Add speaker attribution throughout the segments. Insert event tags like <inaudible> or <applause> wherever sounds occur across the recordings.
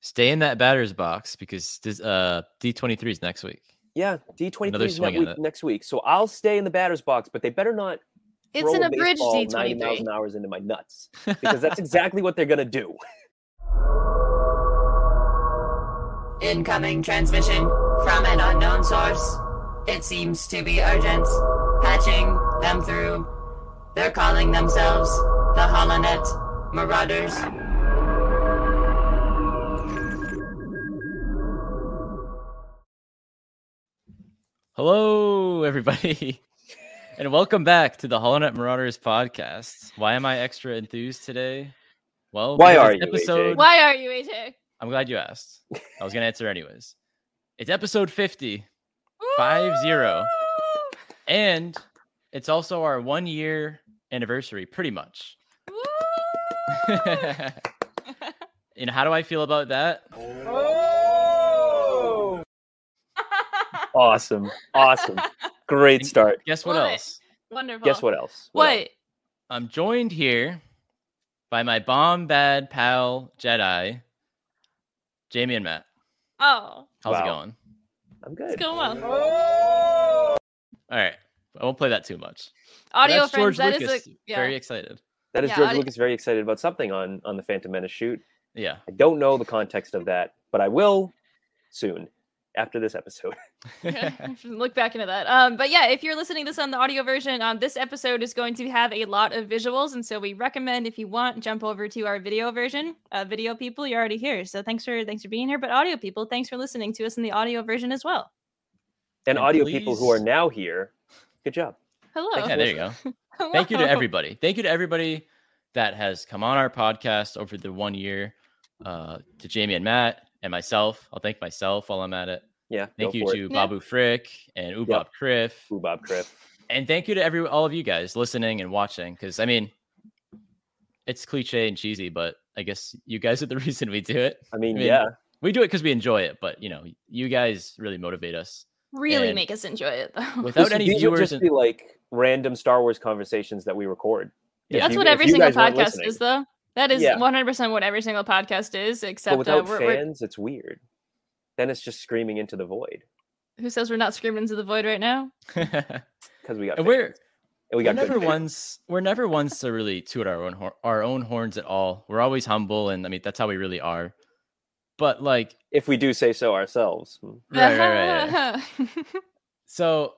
Speaker 1: Stay in that batter's box because this uh D23 is next week.
Speaker 2: Yeah, D twenty three is
Speaker 1: swing
Speaker 2: next
Speaker 1: at
Speaker 2: week,
Speaker 1: it.
Speaker 2: next week, so I'll stay in the batter's box, but they better not.
Speaker 3: It's
Speaker 2: throw
Speaker 3: an
Speaker 2: a
Speaker 3: abridged
Speaker 2: baseball
Speaker 3: D
Speaker 2: 90
Speaker 3: twenty
Speaker 2: miles
Speaker 3: three.
Speaker 2: an hour into my nuts
Speaker 1: <laughs>
Speaker 2: because that's exactly what they're gonna do.
Speaker 4: Incoming transmission from an unknown source. It seems to be urgent. Patching them through. They're calling themselves the Holonet Marauders.
Speaker 1: Hello, everybody, <laughs> and welcome back to the Hollow Knight Marauders podcast. Why am I extra enthused today? Well,
Speaker 2: Why
Speaker 1: because
Speaker 2: are
Speaker 1: it's
Speaker 2: you, AJ?
Speaker 1: episode?
Speaker 3: Why are you AJ?
Speaker 1: I'm glad you asked. I was gonna answer anyways. It's episode 50,
Speaker 3: Woo!
Speaker 1: 5-0. and it's also our one year anniversary, pretty much. <laughs>
Speaker 3: Woo!
Speaker 1: and how do I feel about that?
Speaker 2: Awesome,
Speaker 3: <laughs>
Speaker 2: awesome, great start.
Speaker 1: Guess what
Speaker 3: Love it.
Speaker 1: else?
Speaker 3: <laughs> Wonderful.
Speaker 2: Guess what else?
Speaker 3: What?
Speaker 2: else?
Speaker 1: I'm joined here by my bomb bad pal Jedi, Jamie and Matt.
Speaker 3: Oh,
Speaker 1: How's it
Speaker 2: Wow.
Speaker 1: going?
Speaker 2: I'm
Speaker 3: it's
Speaker 2: good.
Speaker 3: going well.
Speaker 1: All right. I won't play that too much. But
Speaker 3: Audio
Speaker 1: that's
Speaker 3: friends.
Speaker 1: George
Speaker 3: That is
Speaker 1: Lucas.
Speaker 3: a
Speaker 1: <laughs>
Speaker 3: yeah. <laughs>
Speaker 1: Very excited.
Speaker 2: That is
Speaker 3: Yeah,
Speaker 2: George
Speaker 3: I-
Speaker 2: Lucas very excited about something on on the Phantom Menace shoot.
Speaker 3: <laughs>
Speaker 2: <laughs>
Speaker 1: Yeah.
Speaker 2: I don't know the context of that, but I will soon after this episode. <laughs>
Speaker 3: I should look back into that. Um, but yeah, if you're listening this on the audio version, um, this episode is going to have a lot of visuals, and so we recommend if you want, jump over to our video version. Uh, video people, you're already here, so thanks for thanks for being here. But audio people, thanks for listening to us in the audio version as well.
Speaker 2: And
Speaker 1: And
Speaker 2: audio people who are
Speaker 1: please-
Speaker 2: now here, good job.
Speaker 3: Hello.
Speaker 1: yeah, there you go.
Speaker 3: <laughs>
Speaker 1: Thank you to
Speaker 3: Hello.
Speaker 1: everybody. Thank you to everybody that has come on our podcast over the one year. Uh, to Jamie and Matt and myself. I'll thank myself while I'm at it.
Speaker 2: Yeah,
Speaker 1: Thank
Speaker 2: go
Speaker 1: you
Speaker 2: for
Speaker 1: to
Speaker 2: it.
Speaker 3: Yeah.
Speaker 1: Babu Frick and Ubab
Speaker 2: Yep.
Speaker 1: Kriff.
Speaker 2: Ooh, Bob Criff.
Speaker 1: and thank you to every all of you guys listening and watching because i mean it's cliche and cheesy but i guess you guys are the <laughs> reason we do it
Speaker 2: I mean,
Speaker 1: I mean,
Speaker 2: yeah,
Speaker 1: we do it because we enjoy it but you know you guys really motivate
Speaker 2: <laughs>
Speaker 1: us
Speaker 3: Really
Speaker 1: And
Speaker 3: make us enjoy it though.
Speaker 1: without
Speaker 2: This-
Speaker 1: any
Speaker 2: these
Speaker 1: viewers
Speaker 2: would just
Speaker 1: and-
Speaker 2: be like random Star Wars conversations that we record.
Speaker 1: Yeah.
Speaker 3: That's
Speaker 2: you-
Speaker 3: what
Speaker 2: if
Speaker 3: every
Speaker 2: you
Speaker 3: single
Speaker 2: guys weren't
Speaker 3: podcast
Speaker 2: listening.
Speaker 3: is, though. That is
Speaker 2: Yeah.
Speaker 3: 100% what every single podcast is,
Speaker 2: But
Speaker 3: except uh,
Speaker 2: without
Speaker 3: we're, we're-
Speaker 2: fans, it's weird. Then it's just screaming into the void
Speaker 3: who says we're not screaming into the void right now?
Speaker 1: <laughs> and
Speaker 2: because we got fans,
Speaker 1: we're
Speaker 2: and <laughs> we
Speaker 1: we're
Speaker 2: got good
Speaker 1: never
Speaker 2: fans.
Speaker 1: ones we're never ones to really toot our own hor- our own horns at all we're always humble and i mean that's how we really are but like
Speaker 2: If we do say so ourselves, Hmm.
Speaker 1: right, right, right, right. So,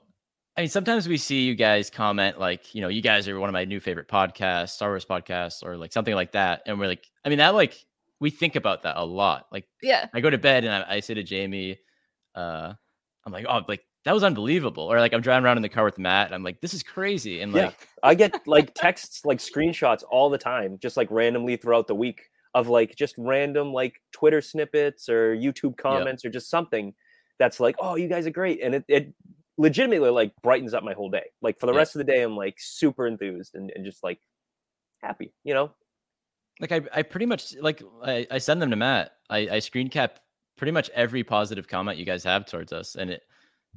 Speaker 1: I mean, sometimes we see you guys comment like, you know, you guys are one of my new favorite podcasts, Star Wars podcasts, or like something like that. And we're like, I mean, that like we think about that a lot. Like,
Speaker 3: <laughs> yeah.
Speaker 1: I go to bed and I, I say to Jamie, uh, I'm like, oh, like that was unbelievable. Or like I'm driving around in the car with Matt, and I'm like, this is crazy. And
Speaker 2: Yeah.
Speaker 1: like,
Speaker 2: I get like texts, like screenshots all the time, just like randomly throughout the week of like just random like Twitter snippets or YouTube comments or just something that's like, oh, you guys are great. And it, it legitimately like brightens up my whole day. Like for the
Speaker 1: Yeah.
Speaker 2: rest of the day, I'm like super enthused and, and just like happy, you know?
Speaker 1: like I, I pretty much like I, I send them to Matt. I, I screen cap pretty much every positive comment you guys have towards us, and it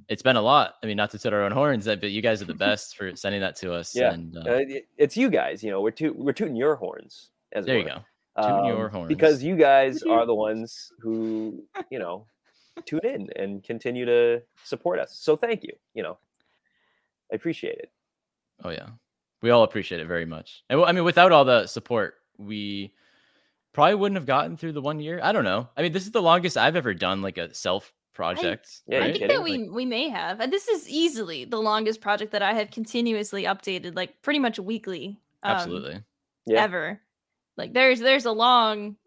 Speaker 1: it's been a lot. I mean, not to toot our own horns, uh, but you guys are
Speaker 2: <laughs>
Speaker 1: the best for sending that to us.
Speaker 2: Yeah.
Speaker 1: and, uh,
Speaker 2: Uh, it- it's you guys, you know, we're, toot we're tooting your horns. As it
Speaker 1: there you
Speaker 2: were.
Speaker 1: go. Tune your
Speaker 2: Um, because
Speaker 1: horns.
Speaker 2: you guys are the ones who you know tune in and continue to support us so thank you you know i appreciate it
Speaker 1: Oh yeah, we all appreciate it very much. And well, I mean, without all the support, we probably wouldn't have gotten through the one year. I don't know. I mean, this is the longest I've ever done like a self project.
Speaker 2: Yeah, you
Speaker 3: I
Speaker 1: right?
Speaker 3: think
Speaker 2: kidding?
Speaker 3: that we, um, we may have. And this is easily the longest project that I have continuously updated, like pretty much weekly. um,
Speaker 1: absolutely.
Speaker 2: Yeah.
Speaker 3: Ever. Like there's there's a long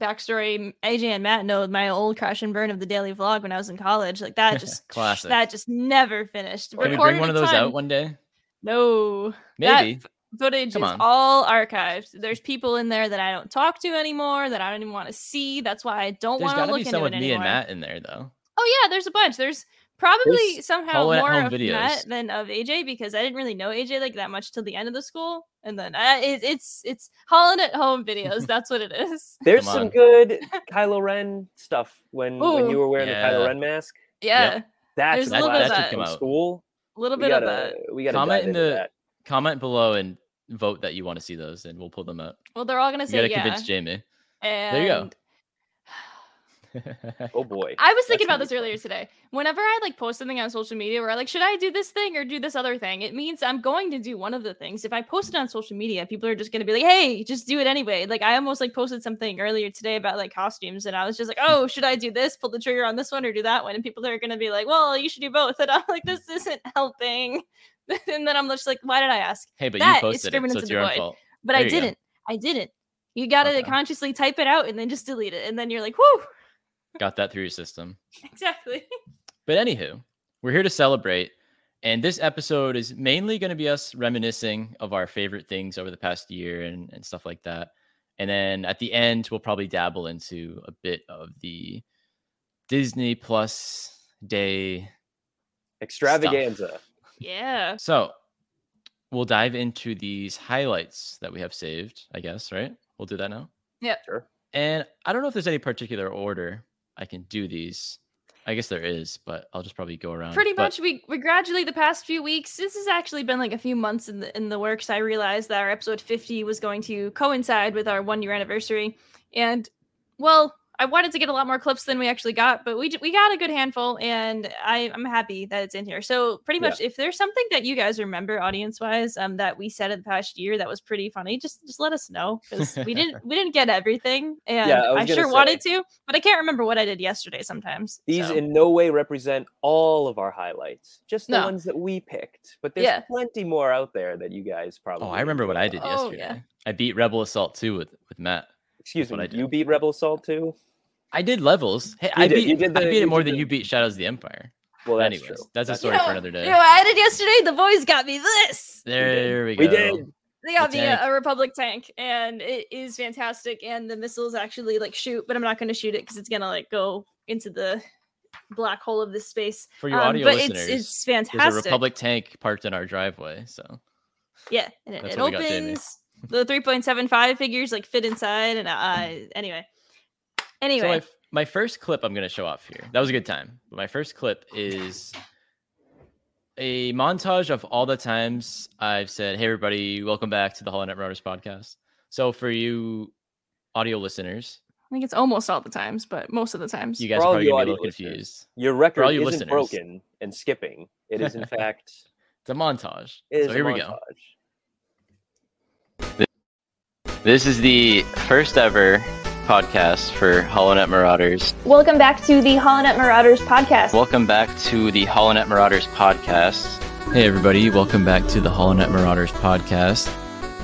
Speaker 3: backstory. M- AJ and Matt know my old crash and burn of the daily vlog when I was in college. Like that just
Speaker 1: Classic.
Speaker 3: That just never finished.
Speaker 1: Can we
Speaker 3: Recorded
Speaker 1: bring one of
Speaker 3: a
Speaker 1: those
Speaker 3: ton.
Speaker 1: out one day?
Speaker 3: No. That
Speaker 1: Maybe.
Speaker 3: footage
Speaker 1: Come
Speaker 3: is
Speaker 1: on.
Speaker 3: all archived. There's people in there that I don't talk to anymore, that I don't even want to see. That's why I don't
Speaker 1: There's
Speaker 3: want to
Speaker 1: got to
Speaker 3: look
Speaker 1: be
Speaker 3: into
Speaker 1: some with
Speaker 3: it
Speaker 1: me and
Speaker 3: anymore.
Speaker 1: Matt in there though.
Speaker 3: Oh yeah, there's a bunch. There's probably
Speaker 2: There's
Speaker 3: somehow
Speaker 1: Hollow at
Speaker 3: more
Speaker 1: Home
Speaker 3: of
Speaker 1: videos.
Speaker 3: Matt than of AJ because I didn't really know AJ like that much till the end of the school, and then I, it, it's it's Holland at home
Speaker 1: <laughs>
Speaker 3: videos. That's what it is.
Speaker 2: there's
Speaker 1: Come
Speaker 2: some
Speaker 1: on.
Speaker 2: good kylo ren stuff when when you
Speaker 3: Ooh.
Speaker 2: were wearing the
Speaker 1: Yeah.
Speaker 2: kylo ren mask
Speaker 3: Yeah,
Speaker 2: that's a
Speaker 3: There's a little bit
Speaker 2: blast
Speaker 3: of that.
Speaker 2: from
Speaker 1: Come out.
Speaker 2: school
Speaker 3: a little
Speaker 2: we
Speaker 3: bit
Speaker 2: gotta
Speaker 3: of that.
Speaker 2: we gotta
Speaker 1: Comment
Speaker 2: dive
Speaker 1: in
Speaker 2: into
Speaker 1: the-
Speaker 2: that.
Speaker 1: Comment below and vote that you want to see those, and we'll pull them up.
Speaker 3: Well, they're all gonna
Speaker 1: You
Speaker 3: say
Speaker 1: gotta
Speaker 3: yeah.
Speaker 1: convince Jamie.
Speaker 3: And
Speaker 1: you go.
Speaker 2: Oh boy.
Speaker 3: I was thinking
Speaker 2: That's
Speaker 3: about this earlier today. Whenever I like post something on social media where I like, should I do this thing or do this other thing? It means I'm going to do one of the things. If I post it on social media, people are just gonna be like, hey, just do it anyway. Like I almost like posted something earlier today about like costumes, and I was just
Speaker 1: Hmm.
Speaker 3: like, oh, should I do this? Pull the trigger on this one or do that one? And people are gonna be like, well, you should do both. And I'm like, this isn't helping. <laughs> and then I'm just like, why did I ask?
Speaker 1: <laughs> Hey, but
Speaker 3: That
Speaker 1: you
Speaker 3: is
Speaker 1: posted it,
Speaker 3: feminine
Speaker 1: so
Speaker 3: to
Speaker 1: it's
Speaker 3: the
Speaker 1: your own
Speaker 3: void.
Speaker 1: fault.
Speaker 3: But
Speaker 1: There
Speaker 3: I
Speaker 1: you go.
Speaker 3: didn't. I didn't. You gotta
Speaker 1: Okay.
Speaker 3: consciously type it out and then just delete it, and then you're like, whoo,
Speaker 1: Got that through your system.
Speaker 3: <laughs> exactly.
Speaker 1: But anywho, we're here to celebrate. And this episode is mainly going to be us reminiscing of our favorite things over the past year and, and stuff like that. And then at the end, we'll probably dabble into a bit of the Disney Plus day.
Speaker 2: Extravaganza.
Speaker 3: Yeah.
Speaker 1: So we'll dive into these highlights that we have saved, I guess, right? We'll do that now.
Speaker 3: Yep.
Speaker 2: Sure.
Speaker 1: And I don't know if there's any particular order I can do these. I guess there is, but I'll just probably go around.
Speaker 3: pretty
Speaker 1: But-
Speaker 3: much we we gradually the past few weeks this has actually been like a few months in the in the works i realized that our episode 50 was going to coincide with our one year anniversary and well i wanted to get a lot more clips than we actually got but we j- we got a good handful and i i'm happy that it's in here so pretty
Speaker 2: Yeah.
Speaker 3: much if there's something that you guys remember audience wise um that we said in the past year that was pretty funny just just let us know because we
Speaker 2: <laughs>
Speaker 3: didn't we didn't get everything and
Speaker 2: Yeah, I was
Speaker 3: i,
Speaker 2: gonna
Speaker 3: sure wanted to but i can't remember what i did yesterday sometimes
Speaker 2: These
Speaker 3: so.
Speaker 2: in no way represent all of our highlights, just the
Speaker 3: No.
Speaker 2: ones that we picked. But there's
Speaker 3: Yeah.
Speaker 2: plenty more out there that you guys probably.
Speaker 1: Oh, I remember what I did
Speaker 3: Oh,
Speaker 1: yesterday.
Speaker 3: yeah.
Speaker 1: I beat Rebel Assault 2 with, with Matt.
Speaker 2: Excuse
Speaker 1: what
Speaker 2: me.
Speaker 1: I did.
Speaker 2: You beat Rebel Assault too.
Speaker 1: I did levels. Hey, I
Speaker 2: did-
Speaker 1: beat
Speaker 2: you did
Speaker 1: I
Speaker 2: the-
Speaker 1: beat
Speaker 2: you
Speaker 1: it more
Speaker 2: did
Speaker 1: than
Speaker 2: the-
Speaker 1: you beat Shadows of the Empire.
Speaker 2: Well, that's
Speaker 1: Anyways,
Speaker 2: true.
Speaker 1: that's a
Speaker 2: That's
Speaker 1: story
Speaker 3: true.
Speaker 1: for another day.
Speaker 3: You know, what I did yesterday. The boys got me this.
Speaker 1: there we go.
Speaker 2: We did.
Speaker 3: They got
Speaker 1: The
Speaker 3: me a,
Speaker 1: tank.
Speaker 3: a Republic tank, and it is fantastic. And the missiles actually like shoot, but I'm not going to shoot it because it's gonna like go into the black hole of this space.
Speaker 1: For you
Speaker 3: Um,
Speaker 1: audio
Speaker 3: but
Speaker 1: listeners,
Speaker 3: it's it's
Speaker 1: there's a
Speaker 3: fantastic.
Speaker 1: Republic tank parked in our driveway. So
Speaker 3: Yeah, and it,
Speaker 1: That's
Speaker 3: it
Speaker 1: what we got, Jamie.
Speaker 3: opens. the 3.75 figures like fit inside, and uh, anyway,
Speaker 1: So my,
Speaker 3: anyway,
Speaker 1: f- my first clip I'm going to show off here. That was a good time. But my first clip
Speaker 2: Oh,
Speaker 1: is a montage of all the times I've said, "Hey everybody, welcome back to the Hollow Net Routers podcast." So for you audio listeners,
Speaker 3: I think it's almost all the times, but most of the times.
Speaker 1: you guys are
Speaker 2: all
Speaker 1: probably
Speaker 2: you
Speaker 1: going to be a
Speaker 2: audio
Speaker 1: little
Speaker 2: listeners.
Speaker 1: confused.
Speaker 2: Your record
Speaker 1: all you
Speaker 2: isn't
Speaker 1: listeners.
Speaker 2: broken and skipping. It
Speaker 1: <laughs>
Speaker 2: is in fact.
Speaker 1: It's a montage.
Speaker 2: It is
Speaker 1: so
Speaker 2: a
Speaker 1: here we go.
Speaker 2: montage.
Speaker 1: This is the first ever podcast for Holonet Marauders.
Speaker 3: Welcome back to the Holonet Marauders podcast.
Speaker 1: Welcome back to the Holonet Marauders podcast. Hey everybody, welcome back to the Holonet Marauders podcast.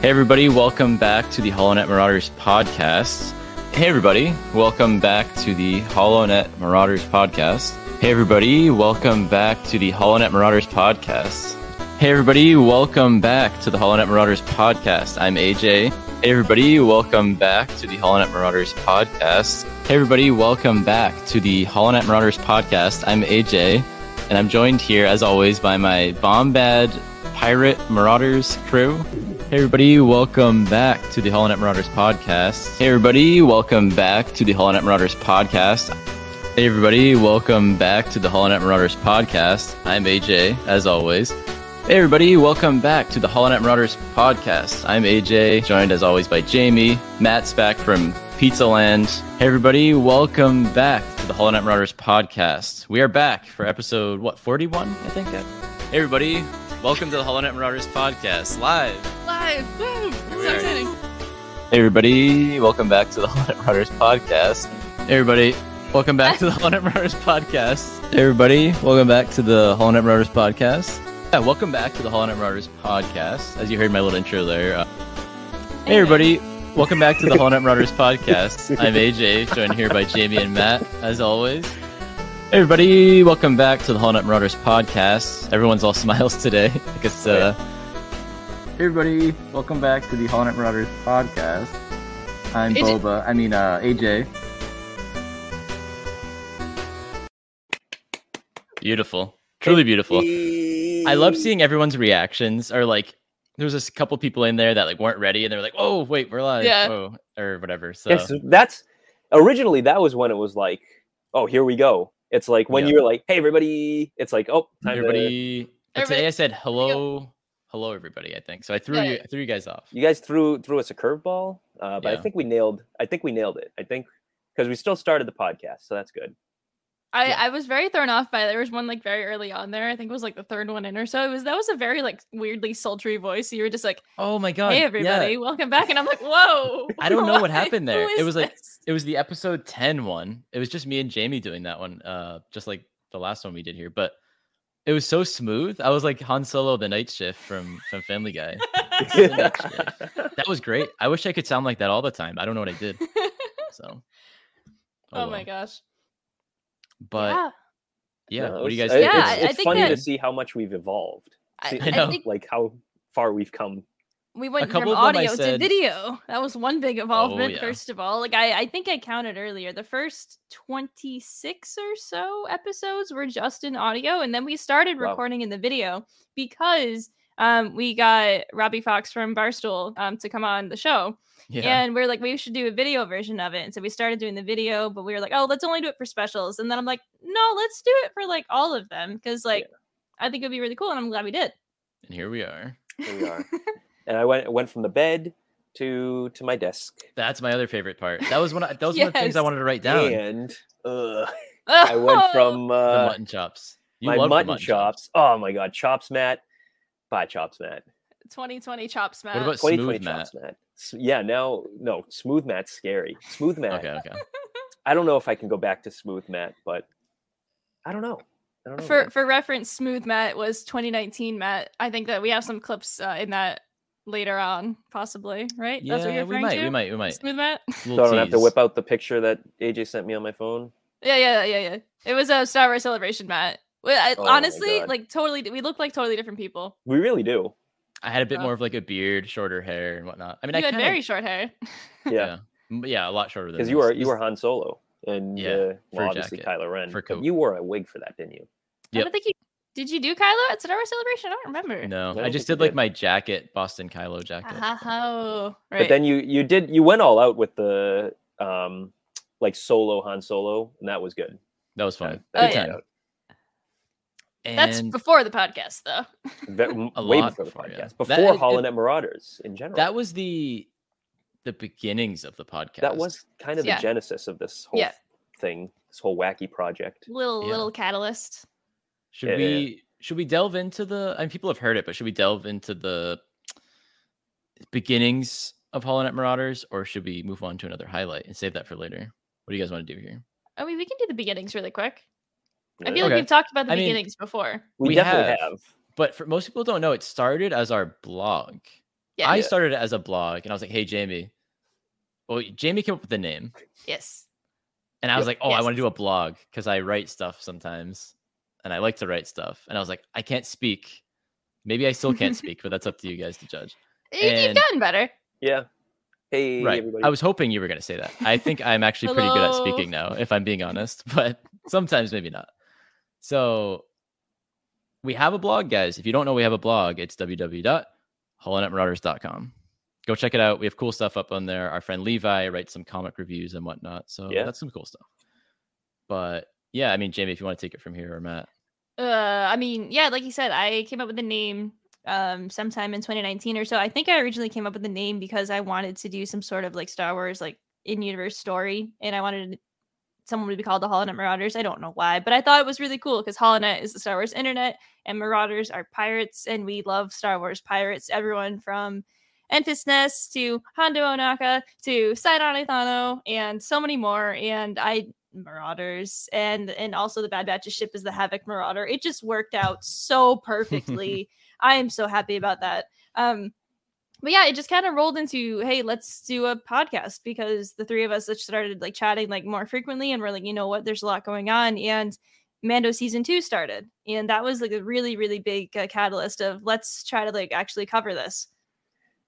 Speaker 1: Hey everybody, welcome back to the Holonet Marauders podcast. Hey everybody, welcome back to the Holonet Marauders podcast. Hey everybody, welcome back to the Holonet Marauders podcast. Hey everybody, welcome back to the Holonet Marauders podcast. I'm AJ. Hey everybody, welcome back to the Holonet Marauders podcast. Hey everybody, welcome back to the Holonet Marauders podcast. I'm AJ, and I'm joined here as always by my Bombad Pirate Marauders crew. Hey everybody, welcome back to the Holonet Marauders podcast. Hey everybody, welcome back to the Holonet Marauders podcast. Hey everybody, welcome back to the Holonet Marauders podcast. I'm AJ, as always. Hey everybody, welcome back to the Holonet Marauders podcast. I'm AJ, joined as always by Jamie, Matt Spack from Pizza Land. Hey everybody, welcome back to the Holonet Marauders podcast. We are back for episode what 41, I think. Hey everybody, welcome to the Holonet Marauders podcast live.
Speaker 3: Live. Woo. So
Speaker 1: we are.
Speaker 3: exciting.
Speaker 1: Hey everybody, welcome back to the Holonet Marauders podcast. Hey everybody, welcome back to the Holonet Marauders podcast. Hey everybody, welcome back to the Holonet Marauders podcast. Yeah, welcome back to the Holonet Marauders podcast. As you heard my little intro there. uh, hey everybody, welcome back to the Holonet Marauders podcast. <laughs> I'm AJ, joined here by Jamie and Matt, as always. Hey everybody, welcome back to the Holonet Marauders podcast. Everyone's all <laughs> smiles today. I guess. Uh, Hey everybody, welcome back to the Holonet Marauders podcast. I'm
Speaker 3: AJ
Speaker 1: Boba. I mean, uh, AJ. Beautiful, truly beautiful. I love seeing everyone's reactions. Or like, there was a couple people in there that like weren't ready, and they were like, "Oh, wait, we're live,"
Speaker 3: Yeah.
Speaker 1: oh, or whatever. So
Speaker 2: Yes, that's originally that was when it was like, oh, here we go. It's like when
Speaker 1: Yeah.
Speaker 2: you're like, hey, everybody. It's like, oh, time everybody.
Speaker 1: everybody, but
Speaker 3: Everybody-
Speaker 1: today I said hello, hello everybody. I think so. I threw
Speaker 3: Yeah.
Speaker 1: you, I threw you guys off.
Speaker 2: You guys threw threw us a curveball, uh, but
Speaker 1: Yeah.
Speaker 2: I think we nailed. I think we nailed it. I think because we still started the podcast, so
Speaker 1: <laughs>
Speaker 2: that's good.
Speaker 3: I, I was very thrown off by there was one like very early on there. I think it was like the third one in or so. It was that was a very like weirdly sultry voice. So you were just like,
Speaker 1: Oh my god.
Speaker 3: Hey
Speaker 1: yeah.
Speaker 3: everybody, welcome back. And I'm like, whoa.
Speaker 1: I don't know what
Speaker 3: <laughs> why?
Speaker 1: happened there.
Speaker 3: Who
Speaker 1: It
Speaker 3: is
Speaker 1: was like-
Speaker 3: this?
Speaker 1: It was the episode 10 one. It was just me and Jamie doing that one, uh, just like the last one we did here. But it was so smooth. I was like Han Solo the night shift from from Family Guy.
Speaker 3: <laughs>
Speaker 1: <laughs>
Speaker 2: <laughs>
Speaker 1: That was great. I wish I could sound like that all the time. I don't know what I did. So
Speaker 3: <laughs> oh my
Speaker 1: well.
Speaker 3: gosh.
Speaker 1: But yeah,
Speaker 3: yeah.
Speaker 2: No,
Speaker 1: what do you
Speaker 2: it's-
Speaker 1: guys
Speaker 2: it-
Speaker 1: think?
Speaker 3: Yeah,
Speaker 2: it's,
Speaker 3: I
Speaker 2: it's
Speaker 3: think
Speaker 2: funny
Speaker 3: that-
Speaker 2: to see how much we've evolved.
Speaker 3: I,
Speaker 2: See,
Speaker 1: I
Speaker 3: I
Speaker 1: know.
Speaker 3: think
Speaker 2: like how far we've come.
Speaker 3: we went from
Speaker 1: couple of them I
Speaker 3: audio to
Speaker 1: said- Oh,
Speaker 3: video. That was one big evolvement,
Speaker 1: yeah.
Speaker 3: first of all. Like I, I think I counted earlier. The first 26 or so episodes were just in audio, and then we started
Speaker 2: Wow.
Speaker 3: recording in the video because um, we got Robbie Fox from Barstool um, to come on the show.
Speaker 1: Yeah.
Speaker 3: And we are like, we should do a video version of it. And so we started doing the video, but we were like, oh, let's only do it for specials. And then I'm like, no, let's do it for like all of them. Cause like, I think it'd be really cool. And I'm glad we did.
Speaker 1: And here we are.
Speaker 2: Here
Speaker 1: <laughs>
Speaker 2: we are. and I went went from the bed to to my desk.
Speaker 1: That's my other favorite part. That was one of that was one of the things I
Speaker 3: Yes.
Speaker 1: wanted to write down.
Speaker 2: And
Speaker 1: <laughs>
Speaker 2: uh, I went
Speaker 3: <laughs>
Speaker 2: from
Speaker 1: The
Speaker 2: uh,
Speaker 1: mutton chops.
Speaker 2: my
Speaker 1: love the
Speaker 2: mutton, chops. Oh my god, chops, Matt. Bye, chops, Matt.
Speaker 3: 2020 chops, Matt.
Speaker 1: What about
Speaker 2: Twenty twenty
Speaker 1: smooth Matt?
Speaker 2: chops, Matt. S- Yeah, now no smooth Matt's scary. Smooth Matt.
Speaker 1: Okay,
Speaker 3: <laughs>
Speaker 1: okay.
Speaker 2: I don't know if I can go back to smooth Matt, but I don't know. I
Speaker 1: Oh,
Speaker 2: don't know.
Speaker 3: for
Speaker 2: man.
Speaker 3: for reference? Smooth Matt was 2019 Matt. I think that we have some clips uh, in that later on, possibly. Right? That's what
Speaker 1: Yeah,
Speaker 3: you're
Speaker 1: we
Speaker 3: referring
Speaker 1: might,
Speaker 3: to.
Speaker 1: we might, we might.
Speaker 3: Smooth Matt. <laughs>
Speaker 1: Little
Speaker 2: so I don't have to
Speaker 1: tease.
Speaker 2: whip out the picture that AJ sent me on my phone.
Speaker 3: Yeah, yeah, yeah, yeah. It was a Star Wars celebration, Matt. Well, I,
Speaker 2: Oh my
Speaker 3: honestly,
Speaker 2: God.
Speaker 3: like totally, we look like totally different people.
Speaker 2: We
Speaker 1: <laughs>
Speaker 2: really do.
Speaker 1: I had a bit
Speaker 3: Oh.
Speaker 1: more of like a beard, shorter hair, and whatnot. I mean, I
Speaker 3: you had
Speaker 1: kinda-
Speaker 3: very short hair. <laughs>
Speaker 2: Yeah,
Speaker 1: m- yeah, a lot shorter than
Speaker 2: because you
Speaker 1: this.
Speaker 2: were you
Speaker 1: This-
Speaker 2: were Han Solo, and
Speaker 1: Yeah,
Speaker 2: uh, well,
Speaker 1: fur
Speaker 2: obviously
Speaker 1: jacket,
Speaker 2: Kylo Ren.
Speaker 1: fur
Speaker 2: but
Speaker 1: coat.
Speaker 2: You wore a wig for that, didn't you?
Speaker 3: I
Speaker 1: Yep.
Speaker 3: don't think you did. You do Kylo at Star Wars Celebration? I don't remember.
Speaker 1: No,
Speaker 2: I
Speaker 1: I
Speaker 2: don't
Speaker 1: just
Speaker 2: think
Speaker 1: did
Speaker 2: you
Speaker 1: like
Speaker 2: did.
Speaker 1: my jacket, Boston Kylo jacket.
Speaker 3: Oh, right.
Speaker 2: But then you you did you went all out with the um like solo Han Solo, and that was good.
Speaker 1: That was fun.
Speaker 2: That-
Speaker 1: Good
Speaker 3: yeah.
Speaker 1: time. And
Speaker 3: That's before the podcast, though.
Speaker 2: That-
Speaker 1: <laughs> A
Speaker 2: way
Speaker 1: lot
Speaker 2: before the
Speaker 1: before, yeah.
Speaker 2: podcast,
Speaker 1: That-
Speaker 2: before
Speaker 1: it-
Speaker 2: Holonet
Speaker 1: it-
Speaker 2: Marauders in general.
Speaker 1: that was the the beginnings of the podcast.
Speaker 2: that was kind of
Speaker 3: Yeah.
Speaker 2: the genesis of this whole
Speaker 3: Yeah.
Speaker 2: thing, this whole wacky project.
Speaker 3: Little
Speaker 1: Yeah.
Speaker 3: little catalyst.
Speaker 1: Should
Speaker 2: Yeah, yeah,
Speaker 1: we
Speaker 2: yeah.
Speaker 1: should we delve into the? I mean, people have heard it, but should we delve into the beginnings of Hollow Knight Marauders, or should we move on to another highlight and save that for later? What do you guys want to do here?
Speaker 3: I mean, Oh, we can do the beginnings really quick. I
Speaker 2: Yeah.
Speaker 3: feel
Speaker 1: Okay.
Speaker 3: like we've talked about the
Speaker 1: I mean-
Speaker 3: beginnings before.
Speaker 2: we,
Speaker 1: we
Speaker 2: definitely
Speaker 1: have.
Speaker 2: have.
Speaker 1: But for most people don't know, it started as our blog.
Speaker 3: Yeah.
Speaker 1: I
Speaker 2: Yeah.
Speaker 1: started it as a blog, and I was like, "Hey, Jamie." Well, Jamie came up with the name,
Speaker 3: Yes.
Speaker 1: and I was
Speaker 2: Yep.
Speaker 1: like, "Oh, I want to
Speaker 3: Yes.
Speaker 1: do a blog because I write stuff sometimes, and I like to write stuff." And I was like, "I can't speak. Maybe I still can't speak, but that's up to you guys to judge."
Speaker 3: You- You've
Speaker 1: And-
Speaker 3: gotten better.
Speaker 2: Yeah. Hey
Speaker 1: right.
Speaker 2: everybody.
Speaker 1: I was hoping you were going to say that. I think I'm actually pretty good at
Speaker 3: Hello.
Speaker 1: speaking now, if I'm being honest, <laughs> but sometimes maybe not. So we have a blog, guys. If you don't know, we have a blog. It's www.hollownetrauders.com. Go check it out. We have cool stuff up on there. Our friend Levi writes some comic reviews and whatnot. So
Speaker 2: Yeah.
Speaker 1: that's some cool stuff. But yeah, I mean, Jamie, if you want to take it from here or Matt.
Speaker 3: Uh, I mean, yeah, like you said, I came up with the name um sometime in 2019 or so. I think I originally came up with the name because I wanted to do some sort of like Star Wars like in-universe story, and I wanted someone to be called the Hollow Knight Marauders. I don't know why, but I thought it was really cool because Hollow Knight is the Star Wars internet, and Marauders are pirates, and we love Star Wars pirates. Everyone from Enfys Nest to Hondo Onaka to Sidon Ithano and so many more. And I Marauders and and also the Bad Batch's ship is the Havoc Marauder. It just worked out so perfectly. I am so happy about that. Um but yeah, it just kind of rolled into, hey, let's do a podcast because the three of us just started like chatting like more frequently and we're like, you know what, there's a lot going on and Mando season 2 started. And that was like a really really big uh, catalyst of let's try to like actually cover this.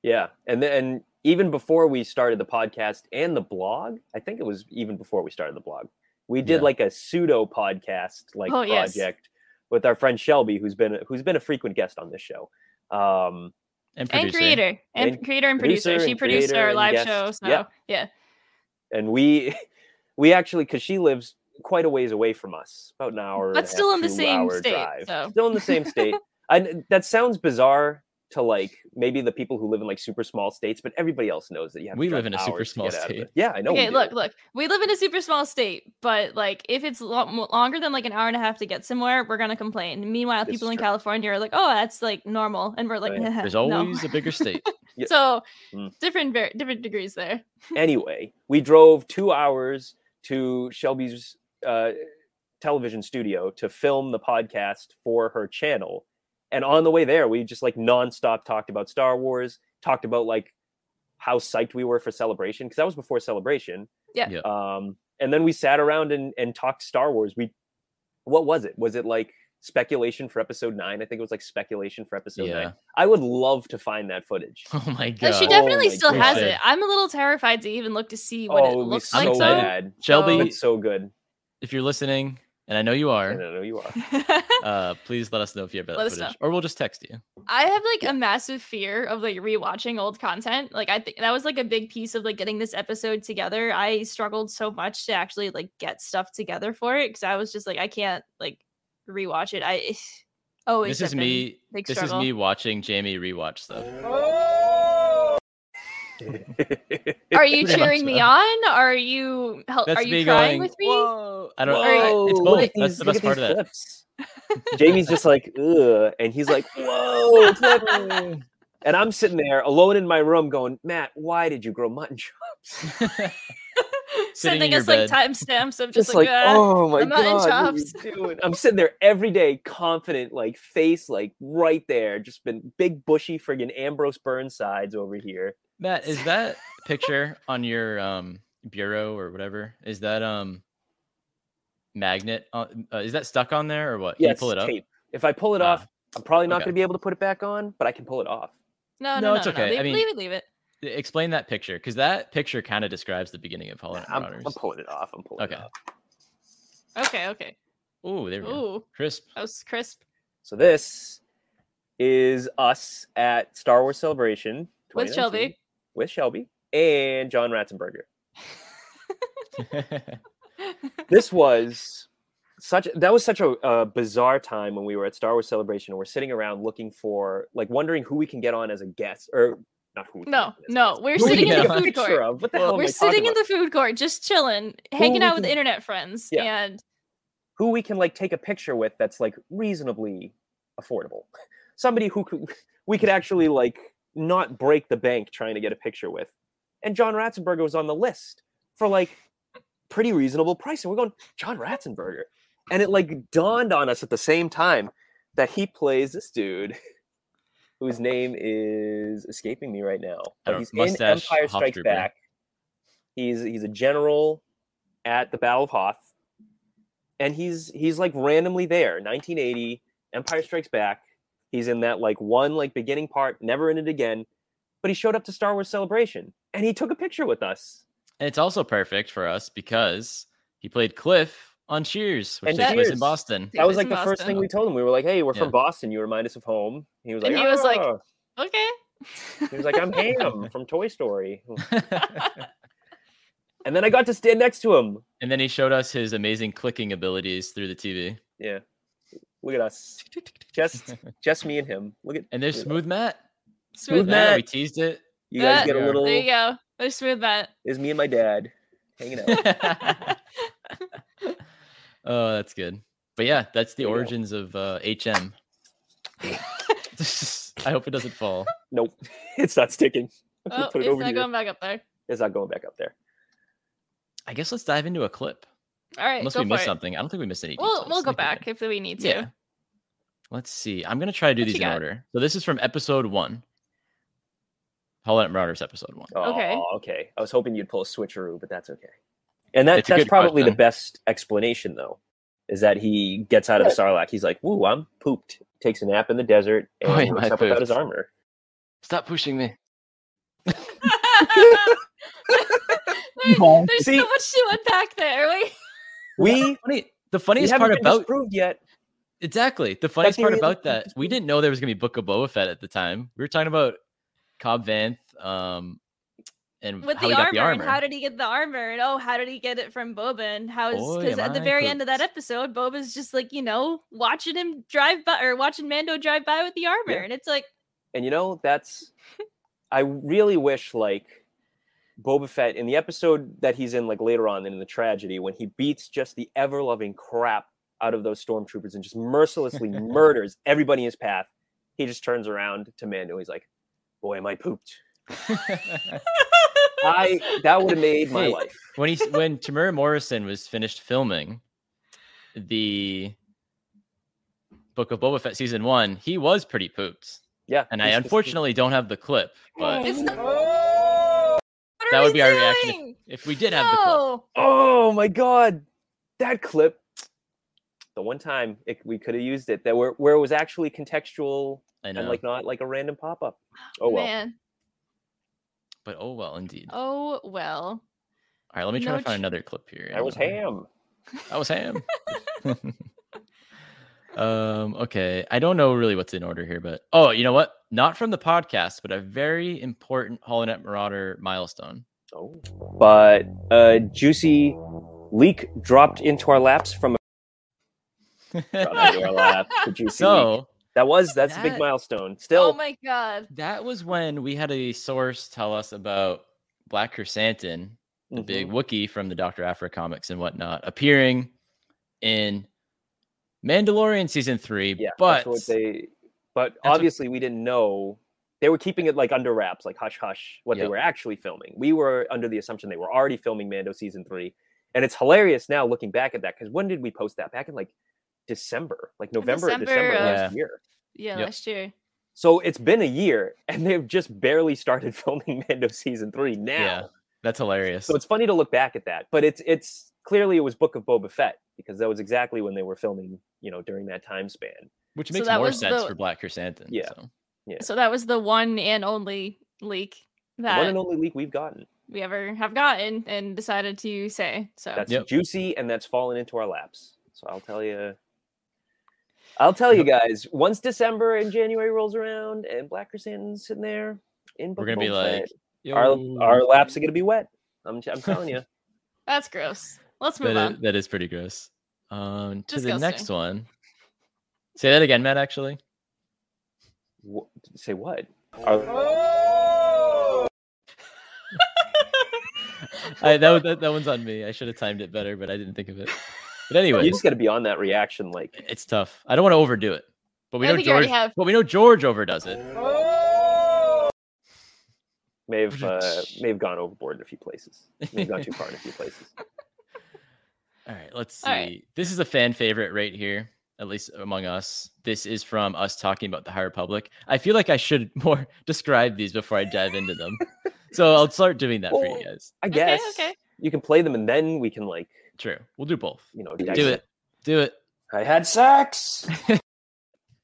Speaker 2: Yeah, and then and even before we started the podcast and the blog, I think it was even before we started the blog, we did
Speaker 1: Yeah.
Speaker 2: like a pseudo podcast like
Speaker 3: Oh, yes.
Speaker 2: project with our friend Shelby, who's been who's been a frequent guest on this show. Um,
Speaker 1: And,
Speaker 3: And
Speaker 1: producer.
Speaker 3: creator. And,
Speaker 2: And
Speaker 3: creator and
Speaker 2: producer
Speaker 3: producer. she
Speaker 2: and
Speaker 3: produced
Speaker 2: creator
Speaker 3: our
Speaker 2: and
Speaker 3: live
Speaker 2: guest.
Speaker 3: show. So
Speaker 2: Yeah.
Speaker 3: yeah.
Speaker 2: and we <laughs> we actually because she lives quite a ways away from us, about an hour, and
Speaker 3: But
Speaker 2: a
Speaker 3: still
Speaker 2: half,
Speaker 3: in the
Speaker 2: two
Speaker 3: same
Speaker 2: hour
Speaker 3: state,
Speaker 2: drive.
Speaker 3: <laughs> so.
Speaker 2: Still in the same state. I, that sounds bizarre to like maybe the people who live in like super small states, but everybody else knows that you have.
Speaker 1: We
Speaker 2: to
Speaker 1: live
Speaker 2: drive
Speaker 1: in a super
Speaker 2: hours to
Speaker 1: small
Speaker 2: get out of
Speaker 1: state.
Speaker 2: it. Yeah, I know. we
Speaker 3: okay,
Speaker 2: do.
Speaker 3: look, look. We live in a super small state, but like if it's lo- mo- longer than like an hour and a half to get somewhere, we're gonna complain. Meanwhile,
Speaker 2: This is
Speaker 3: people in
Speaker 2: true.
Speaker 3: California are like, "Oh, that's like normal," and we're like,
Speaker 2: Right.
Speaker 1: There's
Speaker 3: "No."
Speaker 1: always a bigger
Speaker 2: <laughs>
Speaker 1: state.
Speaker 2: Yeah.
Speaker 3: So
Speaker 2: Mm.
Speaker 3: different, ver- different degrees there.
Speaker 2: anyway, we drove two hours to Shelby's uh, television studio to film the podcast for her channel. And on the way there, we just like nonstop talked about Star Wars, talked about like how psyched we were for Celebration because that was before Celebration.
Speaker 3: Yeah.
Speaker 1: Yeah.
Speaker 2: Um, and then we sat around and and talked Star Wars. We, what was it? Was it like speculation for Episode Nine? I think it was like speculation for Episode
Speaker 1: yeah. <laughs>
Speaker 2: Nine. I would love to find that footage.
Speaker 1: Oh my Oh,
Speaker 3: Like,
Speaker 1: god.
Speaker 3: she definitely
Speaker 2: my
Speaker 3: still has
Speaker 1: God.
Speaker 3: it. I'm a little terrified to even look to see what it
Speaker 2: Oh, it would be
Speaker 3: looks
Speaker 2: so
Speaker 3: like.
Speaker 1: though.
Speaker 2: bad.
Speaker 1: Shelby,
Speaker 2: It's so good.
Speaker 1: if you're listening, and I know you
Speaker 2: I
Speaker 1: are,
Speaker 2: don't know you <laughs> are.
Speaker 3: though.
Speaker 1: uh, please let us know if you have that
Speaker 3: Let us
Speaker 1: footage,
Speaker 3: know.
Speaker 1: or we'll just text you.
Speaker 3: <laughs> I have like a massive fear of like rewatching old content. Like I think that was like a big piece of like getting this episode together. I struggled so much to actually like get stuff together for it because I was just like I can't like rewatch it. I <sighs> oh
Speaker 1: This is me.
Speaker 3: big
Speaker 1: This is
Speaker 3: struggle.
Speaker 1: me watching Jamie rewatch stuff. <laughs>
Speaker 3: Are you
Speaker 1: Pretty much,
Speaker 3: cheering me
Speaker 1: uh,
Speaker 3: on? Are you help?
Speaker 1: That's
Speaker 3: Are you
Speaker 1: me
Speaker 3: crying
Speaker 1: going.
Speaker 3: with me? <laughs>
Speaker 1: Whoa. I don't.
Speaker 3: Whoa,
Speaker 1: I- It's
Speaker 2: look
Speaker 1: both.
Speaker 2: at
Speaker 1: That's
Speaker 2: these-
Speaker 1: the
Speaker 2: look
Speaker 1: best
Speaker 2: at
Speaker 1: part of
Speaker 2: these
Speaker 1: that.
Speaker 2: clips. <laughs> Jamie's just like, ugh, and he's like, whoa, it's not-"
Speaker 1: <laughs>
Speaker 2: and I'm sitting there alone in my room, going, Matt, why did you grow mutton chops? <laughs>
Speaker 1: Sitting in
Speaker 3: Sending
Speaker 1: your
Speaker 3: us like
Speaker 1: bed.
Speaker 3: timestamps of just,
Speaker 2: Just like,
Speaker 3: "Ah."
Speaker 2: oh my
Speaker 3: the
Speaker 2: god,
Speaker 3: mutton
Speaker 2: what are you
Speaker 1: <laughs>
Speaker 2: doing?" I'm sitting there every day, confident, like face, like right there, just been big bushy friggin' Ambrose Burnsides over here.
Speaker 1: <laughs> Matt, is that picture on your um bureau or whatever? Is that um magnet? On, uh, is that stuck on there or what? Can
Speaker 2: Yeah,
Speaker 1: you pull it
Speaker 2: it's
Speaker 1: up?
Speaker 2: tape. If I pull it
Speaker 1: Ah.
Speaker 2: off, I'm probably not
Speaker 1: okay.
Speaker 2: gonna be able to put it back on, but I can pull it off.
Speaker 3: No,
Speaker 1: No,
Speaker 3: no, no,
Speaker 1: it's
Speaker 3: no,
Speaker 1: okay. I
Speaker 3: Leave,
Speaker 1: mean-
Speaker 3: leave it, leave it.
Speaker 1: E, Explain that picture because that picture kind of describes the beginning of Hall
Speaker 2: Nah,
Speaker 1: and
Speaker 2: I'm,
Speaker 1: Marauders.
Speaker 2: I'm pulling it off. I'm pulling
Speaker 1: Okay.
Speaker 2: it off.
Speaker 3: Okay, okay.
Speaker 1: Ooh, there we go.
Speaker 3: Ooh,
Speaker 1: Crisp. <laughs>
Speaker 3: that was crisp.
Speaker 2: So this is us at Star Wars Celebration
Speaker 3: With
Speaker 2: 2019,
Speaker 3: Shelby.
Speaker 2: with Shelby and John Ratzenberger. <laughs> This was such that was such a, uh bizarre time when we were at Star Wars Celebration and we're sitting around looking for like wondering who we can get on as a guest or not who. we can
Speaker 3: No,
Speaker 2: get on as a
Speaker 3: no,
Speaker 2: guest,
Speaker 3: we're
Speaker 2: who we
Speaker 3: sitting
Speaker 2: can
Speaker 3: in
Speaker 2: get
Speaker 3: the
Speaker 2: a
Speaker 3: food
Speaker 2: picture
Speaker 3: court.
Speaker 2: of. What the hell? am I
Speaker 3: We're
Speaker 2: talking
Speaker 3: sitting in
Speaker 2: about?
Speaker 3: the food court, just chilling,
Speaker 2: we
Speaker 3: hanging out with
Speaker 2: can-
Speaker 3: internet friends,
Speaker 2: Yeah.
Speaker 3: and
Speaker 2: who we can like take a picture with that's like reasonably affordable. Somebody who could, we could actually like not break the bank trying to get a picture with. And John Ratzenberger was on the list for like pretty reasonable price. And we're going, John Ratzenberger. And it like dawned on us at the same time that he plays this dude <laughs> whose name is escaping me right now.
Speaker 1: I
Speaker 2: But
Speaker 1: don't-
Speaker 2: he's in
Speaker 1: mustache
Speaker 2: Empire Strikes
Speaker 1: Hoftrooper.
Speaker 2: Back. He's he's a general at the Battle of Hoth. And he's he's like randomly there. 1980, Empire Strikes Back. He's in that like one like beginning part, never in it again. But he showed up to Star Wars Celebration and he took a picture with us.
Speaker 1: And it's also perfect for us because he played Cliff on Cheers, which
Speaker 2: And
Speaker 1: takes place in
Speaker 2: Cheers.
Speaker 1: Boston.
Speaker 3: He
Speaker 2: That was
Speaker 3: was
Speaker 2: like
Speaker 3: in
Speaker 2: the first thing
Speaker 3: Boston.
Speaker 2: we told him. We were like, "Hey, we're
Speaker 1: Yeah.
Speaker 2: from Boston. You remind us of home." He was like,
Speaker 3: And he was like-
Speaker 2: "Ah."
Speaker 3: okay.
Speaker 2: he was like,
Speaker 1: <laughs>
Speaker 2: "I'm Ham from Toy Story." And then I got to stand next to him.
Speaker 1: and then he showed us his amazing clicking abilities through the TV.
Speaker 3: <laughs>
Speaker 2: Yeah, look at us,
Speaker 1: <laughs>
Speaker 2: just just me and him. Look at
Speaker 1: And there's
Speaker 2: Yeah.
Speaker 1: Smooth Matt.
Speaker 3: <laughs> smooth
Speaker 1: I
Speaker 2: Smooth
Speaker 1: know
Speaker 3: Matt.
Speaker 1: we teased
Speaker 3: <laughs>
Speaker 1: it.
Speaker 2: you guys
Speaker 3: Uh,
Speaker 2: get a
Speaker 1: Yeah.
Speaker 2: little.
Speaker 3: There you go. There's smooth Matt.
Speaker 2: There's me and my dad hanging out.
Speaker 1: oh, that's good. But yeah, that's the
Speaker 2: There you go.
Speaker 1: origins of uh,
Speaker 3: <laughs>
Speaker 1: HM. I hope it doesn't fall.
Speaker 2: nope, <laughs> it's not sticking. I'm gonna
Speaker 3: Oh,
Speaker 2: put it
Speaker 3: it's
Speaker 2: over
Speaker 3: not
Speaker 2: here.
Speaker 3: going back up there.
Speaker 2: It's not going back up there.
Speaker 1: I guess let's dive into a clip.
Speaker 3: All right,
Speaker 1: Unless
Speaker 3: go
Speaker 1: we
Speaker 3: for
Speaker 1: missed
Speaker 3: it.
Speaker 1: something. I don't think we missed any.
Speaker 3: We'll
Speaker 1: details.
Speaker 3: we'll
Speaker 1: I
Speaker 3: go
Speaker 1: think we're
Speaker 3: back
Speaker 1: good.
Speaker 3: if we need to. <laughs>
Speaker 1: Yeah. Let's see. I'm gonna try to do
Speaker 3: What
Speaker 1: these
Speaker 3: you
Speaker 1: in
Speaker 3: got?
Speaker 1: order. So this is from episode one. Hall and Marauders episode one.
Speaker 2: Oh,
Speaker 3: Okay.
Speaker 2: okay. I was hoping you'd pull a switcheroo, but that's okay. And that,
Speaker 1: It's a
Speaker 2: that's
Speaker 1: good
Speaker 2: probably
Speaker 1: question.
Speaker 2: the best explanation, though, is that he gets out of Sarlacc. He's like, "Woo, I'm pooped." Takes a nap in
Speaker 1: <laughs>
Speaker 2: the desert and
Speaker 1: Oh, yeah,
Speaker 2: wakes
Speaker 1: I
Speaker 2: up without
Speaker 1: pooped.
Speaker 2: his armor.
Speaker 1: Stop pushing me.
Speaker 3: There-
Speaker 2: Ball.
Speaker 3: there's
Speaker 2: See-
Speaker 3: so much to unpack there. Wait.
Speaker 2: We,
Speaker 1: Funny, the
Speaker 2: we
Speaker 1: funniest
Speaker 2: haven't
Speaker 1: part
Speaker 2: been
Speaker 1: about
Speaker 2: disproved yet.
Speaker 1: Exactly. The funniest
Speaker 2: the
Speaker 1: part
Speaker 2: reason-
Speaker 1: about that, we didn't know there was gonna be Book of Boba Fett at the time. We were talking about Cobb Vanth, um, and
Speaker 3: With
Speaker 1: how he
Speaker 3: the armor,
Speaker 1: got the armor.
Speaker 3: and how did he get the armor? And oh, how did he get it from Boba? And how is
Speaker 1: Boy,
Speaker 3: because
Speaker 1: am
Speaker 3: at the
Speaker 1: I
Speaker 3: very end of that
Speaker 1: cooked.
Speaker 3: episode, Boba's just like you know watching him drive by or watching Mando drive by with the armor,
Speaker 2: Yeah.
Speaker 3: and it's like,
Speaker 2: And you know, that's I really wish like Boba Fett in the episode that he's in like later on in the tragedy when he beats just the ever loving crap out of those stormtroopers and
Speaker 1: <laughs>
Speaker 2: just mercilessly murders everybody in his path. He just turns around to Mando. He's like, "Boy, am I
Speaker 1: <laughs>
Speaker 2: pooped." I that would have made my
Speaker 1: Hey,
Speaker 2: life.
Speaker 1: when he
Speaker 3: <laughs>
Speaker 1: when Tamura Morrison was finished filming the Book of Boba Fett season one, he was pretty pooped,
Speaker 2: Yeah.
Speaker 1: and I
Speaker 2: he's just-
Speaker 1: unfortunately don't have the clip. But
Speaker 3: It's not- What
Speaker 1: That
Speaker 3: are
Speaker 1: would
Speaker 3: we
Speaker 1: be our
Speaker 3: doing?
Speaker 1: reaction if we did have the clip,
Speaker 3: No.
Speaker 2: Oh my god, that clip. The one time it, we could have used it that where where it was actually contextual
Speaker 1: I know.
Speaker 2: and like not like a random pop up. Oh well.
Speaker 3: Man.
Speaker 1: but oh well, indeed.
Speaker 3: Oh well.
Speaker 1: All right, let me try
Speaker 3: no
Speaker 1: to find
Speaker 3: ch-
Speaker 1: another clip here.
Speaker 2: I was
Speaker 1: Hang on.
Speaker 2: ham.
Speaker 1: I was ham. um, okay. I don't know really what's in order here, but oh, you know what? Not from the podcast, but a very important Holonet Marauder
Speaker 2: <laughs>
Speaker 1: milestone.
Speaker 2: Oh. But a juicy leak dropped into our
Speaker 1: <laughs>
Speaker 2: laps from dropped into our lap. The juicy leak.
Speaker 1: so
Speaker 2: that was that's a big
Speaker 1: That-
Speaker 2: milestone. Still,
Speaker 3: Oh my god.
Speaker 1: that was when we had a source tell us about Black Chrysanthemum, the
Speaker 2: Mhm.
Speaker 1: big Wookiee from the Doctor Afra comics and whatnot, appearing in Mandalorian season three.
Speaker 2: yeah.
Speaker 1: but
Speaker 2: that's what they, but
Speaker 1: what-
Speaker 2: obviously we didn't know. They were keeping it like under wraps, like hush hush, what
Speaker 1: Yep.
Speaker 2: they were actually filming. We were under the assumption they were already filming Mando season three, and it's hilarious now looking back at that because when did we post that? Back in like December, like November, or December
Speaker 3: December
Speaker 1: of-
Speaker 2: last year.
Speaker 3: Yeah,
Speaker 1: Yep.
Speaker 3: last year.
Speaker 2: So it's been a year, and they've just barely started <laughs> filming Mando season three now.
Speaker 1: yeah, that's hilarious.
Speaker 2: So it's funny to look back at that, but it's it's clearly it was Book of Boba Fett because that was exactly when they were filming, you know, during that time span.
Speaker 1: Which
Speaker 3: so
Speaker 1: makes
Speaker 3: that
Speaker 1: more
Speaker 3: was
Speaker 1: sense
Speaker 3: the-
Speaker 1: for Black Chrysanthemum.
Speaker 2: Yeah.
Speaker 1: so.
Speaker 3: So that was the one and only leak
Speaker 2: The
Speaker 3: that
Speaker 2: one and only leak we've gotten.
Speaker 3: we ever have gotten and decided to say. So
Speaker 2: That's
Speaker 1: Yep.
Speaker 2: juicy and that's fallen into our laps. So I'll tell you I'll
Speaker 1: <laughs>
Speaker 2: tell you guys, once December and January rolls around and Black Chrysanthemum's sitting there in Book
Speaker 1: We're
Speaker 2: of
Speaker 1: gonna be
Speaker 2: Boba
Speaker 1: like,
Speaker 2: Fett, our
Speaker 1: "Yo."
Speaker 2: our
Speaker 3: <laughs>
Speaker 2: laps are gonna be wet. I'm t- I'm
Speaker 1: <laughs>
Speaker 2: telling you.
Speaker 3: that's gross. Let's move
Speaker 1: That
Speaker 3: on.
Speaker 1: is, that is pretty gross. Um, to the next
Speaker 3: Disgusting.
Speaker 1: one. Say that again, Matt. Actually,
Speaker 2: Wh- say what? Our-
Speaker 1: I, that, was- that that one's on me. I should have timed it better, but I didn't think of it. But <laughs> anyway,
Speaker 2: you just gotta be on that reaction like
Speaker 1: it's tough. I don't want to overdo it, but we
Speaker 3: I
Speaker 1: know
Speaker 3: think you already
Speaker 1: George.
Speaker 3: have.
Speaker 1: But we know George overdoes it.
Speaker 2: may have uh, may have gone overboard in a few places. May have gone too far in a
Speaker 3: <laughs>
Speaker 2: few places.
Speaker 1: All right, let's see.
Speaker 3: All right.
Speaker 1: This is a fan favorite right here, at least among us. This is from us talking about the High Republic. I feel like I should <laughs> more describe these before I dive into them. so I'll start doing that for
Speaker 2: Well-
Speaker 1: you guys.
Speaker 2: I
Speaker 3: Okay,
Speaker 2: guess
Speaker 3: okay.
Speaker 2: you can play them, and then we can like
Speaker 1: True. We'll do both.
Speaker 2: you know
Speaker 1: Do
Speaker 2: dissect.
Speaker 1: it. Do it.
Speaker 2: I had sex.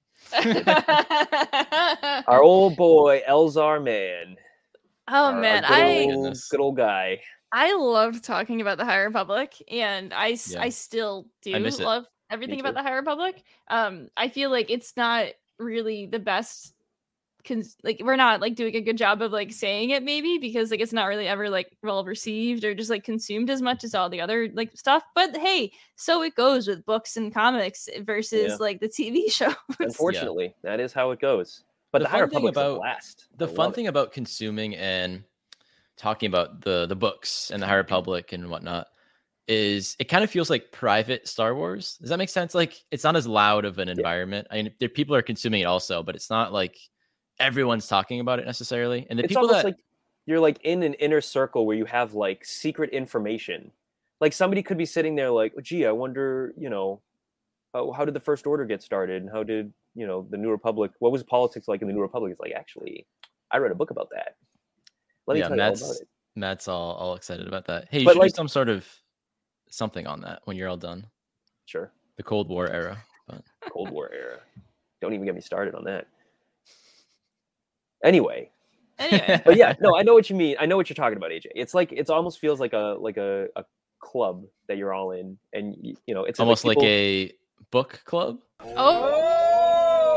Speaker 3: <laughs>
Speaker 1: <laughs>
Speaker 3: oh
Speaker 2: Our old boy Elzar man. our- our
Speaker 3: man,
Speaker 2: good
Speaker 3: I
Speaker 2: old-
Speaker 1: Goodness.
Speaker 2: good old guy.
Speaker 3: I loved talking about the High Republic, and I s-
Speaker 1: Yeah.
Speaker 3: I still do
Speaker 1: miss it.
Speaker 3: love everything about
Speaker 2: too.
Speaker 3: the High Republic. Um, I feel like it's not really the best. Cons- like we're not like doing a good job of like saying it maybe because like it's not really ever like well received or just like consumed as much as all the other like stuff but hey so it goes with books and comics versus
Speaker 2: Yeah.
Speaker 3: like the <laughs> tv show
Speaker 2: Unfortunately, that is how it goes. But
Speaker 1: The
Speaker 2: the, High
Speaker 1: fun thing
Speaker 2: Republic's
Speaker 1: about-
Speaker 2: a blast.
Speaker 1: the
Speaker 2: I
Speaker 1: fun
Speaker 2: love it.
Speaker 1: thing about consuming and talking about the the books and the High Republic and whatnot is it kind of feels like private Star Wars. Does that make sense? Like it's not as loud of an environment. I mean, there, people are consuming it also, but it's not like everyone's talking about it necessarily. And the
Speaker 2: it's
Speaker 1: people
Speaker 2: almost
Speaker 1: that
Speaker 2: like you're like in an inner circle where you have like secret information. Like somebody could be sitting there like, "Oh, gee, I wonder, you know, how, how did the First Order get started? And how did, you know, the New Republic, what was politics like in the New Republic? It's like, actually, I read a book about that. Let me
Speaker 1: Yeah,
Speaker 2: tell you all about
Speaker 1: Matt's-
Speaker 2: it.
Speaker 1: Matt's all all excited about that. Hey, you
Speaker 2: But,
Speaker 1: should
Speaker 2: like-
Speaker 1: do some sort of something on that when you're all done.
Speaker 2: Sure.
Speaker 1: The Cold War era.
Speaker 2: Cold War era. Don't even get me started on that. Anyway,
Speaker 3: anyway
Speaker 2: <laughs> but yeah, no, I know what you mean. I know what you're talking about, AJ. It's like it's almost feels like a like a, a club that you're all in, and y- you know, it's
Speaker 1: <laughs> almost like
Speaker 2: people-
Speaker 1: a book club.
Speaker 3: oh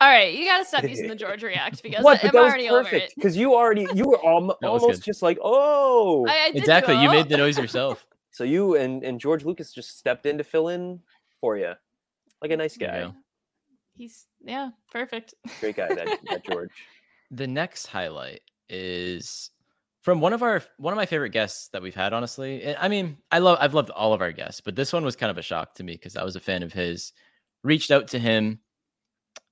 Speaker 3: all right you gotta
Speaker 1: <laughs>
Speaker 3: stop using the george react because I, i'm already over it
Speaker 2: because you already you were alm-
Speaker 1: <laughs> That was
Speaker 2: almost
Speaker 1: good.
Speaker 2: just like oh,
Speaker 3: I, I did do
Speaker 1: Exactly. You
Speaker 3: all-
Speaker 1: made the noise
Speaker 2: <laughs>
Speaker 1: yourself.
Speaker 2: so you and and George Lucas just stepped in to fill in for you, like a nice
Speaker 1: There
Speaker 2: guy.
Speaker 1: you go.
Speaker 3: He's yeah, perfect. <laughs>
Speaker 2: Great guy, that,
Speaker 1: <laughs>
Speaker 2: that George.
Speaker 1: The next highlight is from one of our one of my favorite guests that we've had. Honestly, And, I mean, I love I've loved all of our guests, but this one was kind of a shock to me because I was a fan of his. Reached out to him,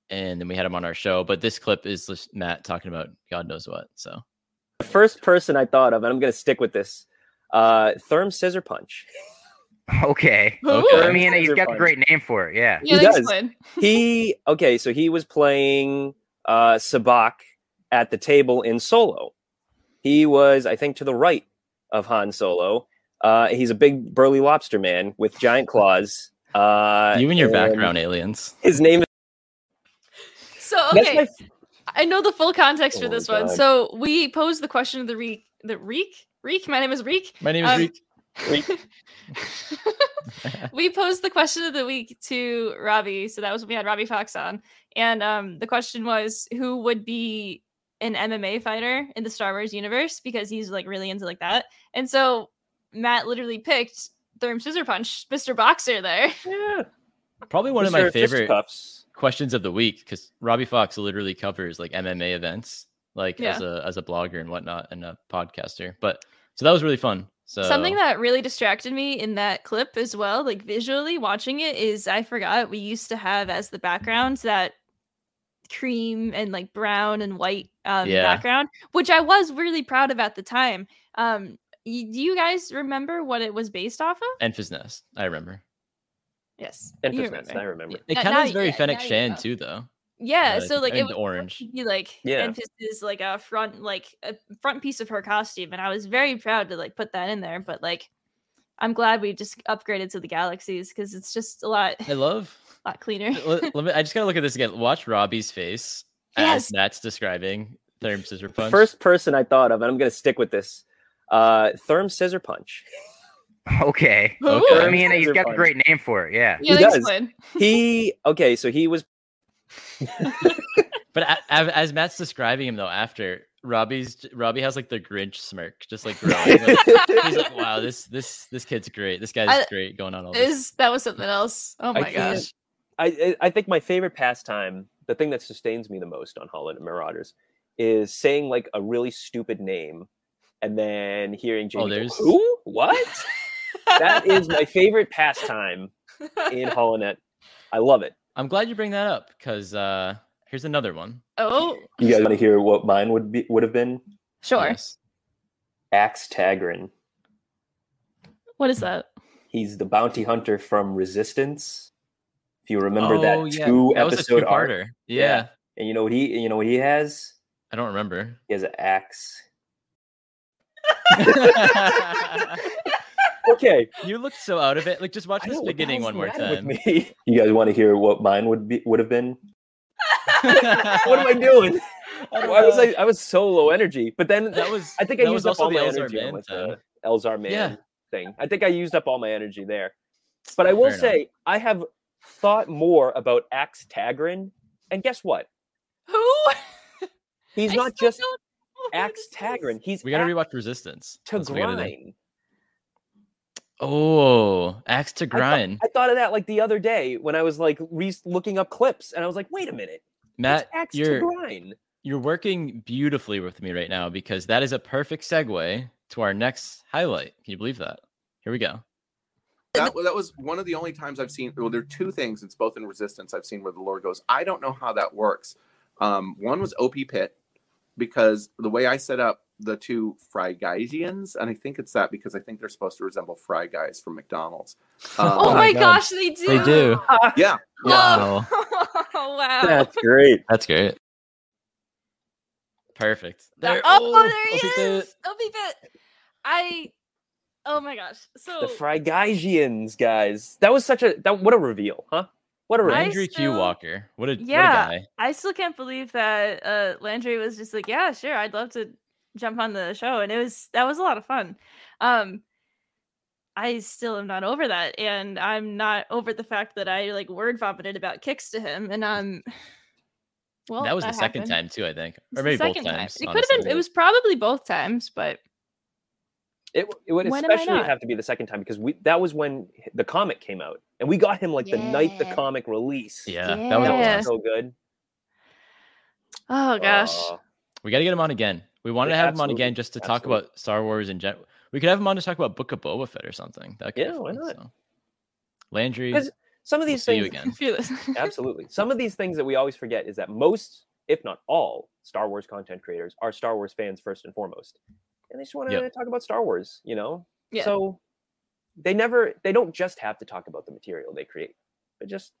Speaker 1: and then we had him on our show. But this clip is just Matt talking about God knows what. So
Speaker 2: The first person I thought of, and I'm going to stick with this, uh, Therm Scissor Punch.
Speaker 5: <laughs> Okay.
Speaker 1: Okay.
Speaker 5: I mean,
Speaker 2: Those
Speaker 5: he's
Speaker 2: are
Speaker 5: got a
Speaker 2: fun.
Speaker 5: great name for it. Yeah.
Speaker 3: yeah,
Speaker 2: He does.
Speaker 3: explain.
Speaker 2: he okay so he was playing uh sabak at the table in solo he was i think to the right of han solo uh he's a big burly lobster man with giant claws uh
Speaker 1: you and your
Speaker 2: and
Speaker 1: background aliens.
Speaker 2: his name is
Speaker 3: So
Speaker 2: that's
Speaker 3: okay,
Speaker 2: my-
Speaker 3: I know the full context
Speaker 2: Oh
Speaker 3: for
Speaker 2: my
Speaker 3: this one.
Speaker 2: God.
Speaker 3: So we posed the question of the reek, the reek, reek. My name is reek.
Speaker 1: My name is
Speaker 3: Um,
Speaker 1: Reek.
Speaker 3: <laughs> we posed the question of the week to Robbie. So that was when we had Robbie Fox on. And um, the question was who would be an MMA fighter in the Star Wars universe because he's like really into like that. And so Matt literally picked Therm Scissor Punch, Mr. Boxer there.
Speaker 2: yeah,
Speaker 1: Probably one of
Speaker 2: Mr.
Speaker 1: my
Speaker 2: Fist
Speaker 1: favorite
Speaker 2: Cuffs.
Speaker 1: questions of the week because Robbie Fox literally covers like MMA events, like
Speaker 3: Yeah.
Speaker 1: as a as a blogger and whatnot and a podcaster. But so that was really fun. So
Speaker 3: Something that really distracted me in that clip as well, like visually watching it, is I forgot we used to have as the background that cream and like brown and white um,
Speaker 1: Yeah.
Speaker 3: background, which I was really proud of at the time. Um, y- do you guys remember what it was based off of?
Speaker 1: Enfys Nest, I remember.
Speaker 3: Yes, you
Speaker 2: Emphasis, i
Speaker 3: remember.
Speaker 2: remember
Speaker 1: It
Speaker 3: Now-
Speaker 1: kind
Speaker 3: now
Speaker 1: of is
Speaker 3: you-
Speaker 1: very
Speaker 3: yeah,
Speaker 1: Fennec
Speaker 3: now you
Speaker 1: Shan
Speaker 3: know.
Speaker 1: too, though.
Speaker 3: Yeah,
Speaker 1: Uh,
Speaker 3: so like
Speaker 1: I
Speaker 3: it
Speaker 1: mean,
Speaker 3: was
Speaker 1: the
Speaker 3: <laughs>
Speaker 1: orange.
Speaker 3: be like
Speaker 2: Yeah.
Speaker 3: emphasis like a front like a front piece of her costume and i was very proud to like put that in there but like i'm glad we just upgraded to the galaxies because it's just a lot
Speaker 1: I love.
Speaker 3: lot cleaner <laughs>
Speaker 1: let, let me, I just gotta look at this again. Watch Robbie's face
Speaker 3: Yes.
Speaker 1: as Matt's describing Therm Scissor
Speaker 2: the
Speaker 1: Punch.
Speaker 2: first person i thought of and i'm going to stick with this uh therm scissor punch
Speaker 5: Okay.
Speaker 1: Okay.
Speaker 5: I
Speaker 2: Thurm
Speaker 5: mean, he's
Speaker 2: Scissor
Speaker 5: got a
Speaker 2: Punch.
Speaker 5: great name for it. Yeah.
Speaker 3: yeah
Speaker 2: He does.
Speaker 3: explain.
Speaker 2: he okay so he was
Speaker 1: But a- a- as Matt's describing him though, after Robbie's Robbie has like the Grinch smirk, just like growing. Like, <laughs> he's
Speaker 2: <laughs>
Speaker 1: like, "Wow, this this this kid's great. This guy's
Speaker 3: I-
Speaker 1: great going on all this."
Speaker 3: Is- that was something else oh my
Speaker 2: Oh, can't-
Speaker 3: gosh
Speaker 2: I I- I think my favorite pastime, the thing that sustains me the most on Holland and Marauders, is saying like a really stupid name, and then hearing Jamie.
Speaker 1: Oh,
Speaker 2: go,
Speaker 1: there's-
Speaker 2: who? What? that
Speaker 3: <laughs>
Speaker 2: is my favorite pastime in Holonet. I love it.
Speaker 1: I'm glad you bring that up because uh, here's another one.
Speaker 3: oh
Speaker 2: You guys want to hear what mine would be? Would have been
Speaker 3: sure
Speaker 1: Yes.
Speaker 2: Axe Tagrin.
Speaker 3: what is that
Speaker 2: He's the bounty hunter from Resistance. If you remember
Speaker 1: Oh,
Speaker 2: that two
Speaker 1: That was a
Speaker 2: episode arc,
Speaker 1: two-parter. Yeah.
Speaker 2: Yeah. and you know what he, you know what he has?
Speaker 1: I don't remember.
Speaker 2: He has an axe. Okay, <laughs>
Speaker 1: you looked so out of it. Like just watch
Speaker 2: I
Speaker 1: this
Speaker 2: know, what the
Speaker 1: beginning
Speaker 2: hell's
Speaker 1: one more
Speaker 2: the matter
Speaker 1: time. <laughs>
Speaker 2: with me? <laughs> You guys want to hear what mine would be would have been? What
Speaker 1: what
Speaker 2: am I doing? Why was I I was so low energy.
Speaker 1: <laughs>
Speaker 2: But
Speaker 1: <laughs>
Speaker 2: then
Speaker 1: That was.
Speaker 2: I think I
Speaker 1: that
Speaker 2: used
Speaker 1: was also
Speaker 2: up all
Speaker 1: the uh,
Speaker 2: my
Speaker 1: Elzar
Speaker 2: energy
Speaker 1: Man
Speaker 2: with
Speaker 1: thing.
Speaker 2: the Elzar man
Speaker 1: Yeah.
Speaker 2: thing. I think I used up all my energy there. But I will
Speaker 1: Fair enough.
Speaker 2: say I have thought more about Axe Tagrin, and guess what?
Speaker 3: <laughs> who
Speaker 2: He's
Speaker 3: I
Speaker 2: not
Speaker 3: still
Speaker 2: just
Speaker 3: don't know who
Speaker 2: Axe
Speaker 3: this
Speaker 2: Tagrin.
Speaker 3: is.
Speaker 2: He's
Speaker 1: We gotta
Speaker 2: Axe
Speaker 1: rewatch Resistance.
Speaker 2: to
Speaker 1: That's what we gotta do.
Speaker 2: grind.
Speaker 1: Oh, axe to
Speaker 2: thought-
Speaker 1: grind.
Speaker 2: I thought of that like the other day when I was like re- looking up clips, and I was like, "Wait a minute,
Speaker 1: Matt,
Speaker 2: it's axe to
Speaker 1: you're
Speaker 2: grind."
Speaker 1: you're working beautifully with me right now because that is a perfect segue to our next highlight. Can you believe that? Here we go.
Speaker 6: that, that was one of the only times I've seen. Well, there are two things. It's both in Resistance. I've seen where the Lord goes. I don't know how that works. Um, one was OP Pit because the way I set up the two Fry Guysians, and I think it's that because I think they're supposed to resemble Fry Guys from McDonald's. Um,
Speaker 3: oh, my
Speaker 1: God.
Speaker 3: gosh they do
Speaker 1: They do.
Speaker 3: <laughs>
Speaker 6: Yeah.
Speaker 3: Whoa. wow
Speaker 2: That's great.
Speaker 1: That's great. Perfect.
Speaker 3: That- oh, there he is. Obi Bit. I. Oh my gosh. So
Speaker 2: The Phrygians, guys. That was such a that what a reveal, huh? What a reveal.
Speaker 3: Right?
Speaker 1: Andrew Q.
Speaker 3: still-
Speaker 1: Walker. What a,
Speaker 3: Yeah.
Speaker 1: what a guy.
Speaker 3: I still can't believe that uh, Landry was just like, yeah, sure, I'd love to jump on the show, and it was that was a lot of fun. Um, I still am not over that, and I'm not over the fact that I like word vomited about kicks to him, and um, <sighs> well,
Speaker 1: that was the second
Speaker 3: happened.
Speaker 1: time too, I think,
Speaker 3: It was
Speaker 1: or
Speaker 3: the
Speaker 1: maybe both
Speaker 3: second time.
Speaker 1: times.
Speaker 3: It could have been.
Speaker 1: honestly.
Speaker 3: It was probably both times, but
Speaker 2: It, it would
Speaker 3: When am I
Speaker 2: especially
Speaker 3: not?
Speaker 2: have to be the second time because we that was when the comic came out and we got him like the night the
Speaker 3: Yeah.
Speaker 2: comic release.
Speaker 1: Yeah, that was
Speaker 3: Yeah.
Speaker 2: so good.
Speaker 3: Oh gosh. <laughs>
Speaker 2: Uh,
Speaker 1: we got to get him on again. We wanted
Speaker 2: Yeah,
Speaker 1: to have him on
Speaker 2: absolutely,
Speaker 1: again just to talk
Speaker 2: absolutely.
Speaker 1: about Star Wars and gen- we could have him on to talk about Book of Boba Fett or something. That could be
Speaker 2: Yeah, why
Speaker 1: fun,
Speaker 2: not?
Speaker 1: so. Landry,
Speaker 2: Because some of
Speaker 1: we'll
Speaker 2: these
Speaker 1: see
Speaker 2: things
Speaker 1: you again. <laughs>
Speaker 3: Fearless.
Speaker 2: Absolutely. Some of these things that we always forget is that most, if not all, Star Wars content creators are Star Wars fans first and foremost. And they just want to
Speaker 1: Yep.
Speaker 2: talk about Star Wars, you know?
Speaker 3: Yeah.
Speaker 2: So they never they don't just have to talk about the material they create, but just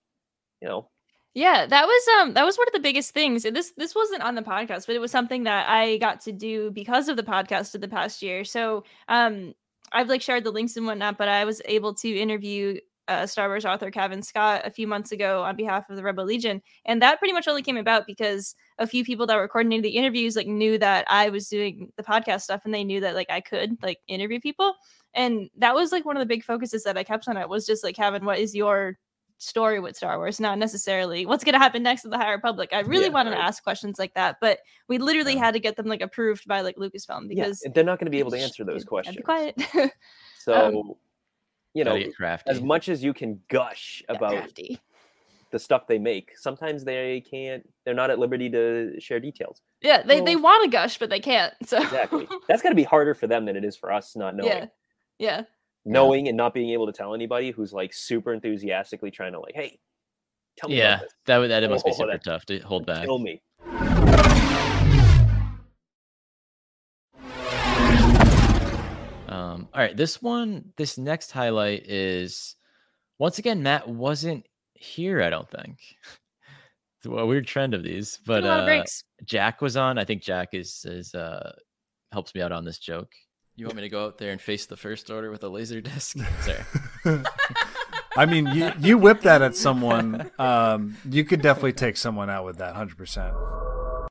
Speaker 2: you know,
Speaker 3: <laughs> Yeah, that was um that was one of the biggest things. And this this wasn't on the podcast, but it was something that I got to do because of the podcast of the past year. So um I've like shared the links and whatnot, but I was able to interview uh, Star Wars author Kevin Scott a few months ago on behalf of the Rebel Legion, and that pretty much only came about because a few people that were coordinating the interviews like knew that I was doing the podcast stuff, and they knew that like I could like interview people, and that was like one of the big focuses that I kept on it was just like Kevin, what is your story with Star Wars, not necessarily what's going to happen next in the High Republic. I really
Speaker 2: Yeah,
Speaker 3: wanted to
Speaker 2: right.
Speaker 3: ask questions like that, but we literally
Speaker 1: Yeah.
Speaker 3: had to get them like approved by like Lucasfilm
Speaker 2: because
Speaker 3: because
Speaker 2: they're not going to be able to
Speaker 3: Shh,
Speaker 2: answer those
Speaker 3: yeah, yeah,
Speaker 2: questions.
Speaker 3: Be <laughs> quiet. Um,
Speaker 2: So <laughs> you know,
Speaker 1: Gotta get crafty.
Speaker 2: as much as you can gush about
Speaker 3: Crafty.
Speaker 2: the stuff they make, sometimes they can't they're not at liberty to share details.
Speaker 3: Yeah, they, they
Speaker 2: Well-
Speaker 3: want to gush, but they can't. So <laughs>
Speaker 2: Exactly. That's gotta be harder for them than it is for us not knowing.
Speaker 3: yeah, yeah,
Speaker 2: knowing and not being able to tell anybody who's like super enthusiastically trying to like, hey, tell me
Speaker 1: yeah,
Speaker 2: about this.
Speaker 1: that would that must be
Speaker 2: Oh,
Speaker 1: super
Speaker 2: that-
Speaker 1: tough to hold back.
Speaker 2: Kill me.
Speaker 1: Um, all right, this one, this next highlight is once again Matt wasn't here. I don't think. <laughs> It's a weird trend of these, but
Speaker 3: Took a lot
Speaker 1: uh,
Speaker 3: of breaks.
Speaker 1: Jack was on. I think Jack is is uh helps me out on this joke. You want me to go out there and face the first order with a laser
Speaker 2: <laughs>
Speaker 1: disc? Sorry.
Speaker 7: <laughs> I mean, you you whip that at someone. Um, you could definitely take someone out with that, hundred percent.
Speaker 1: I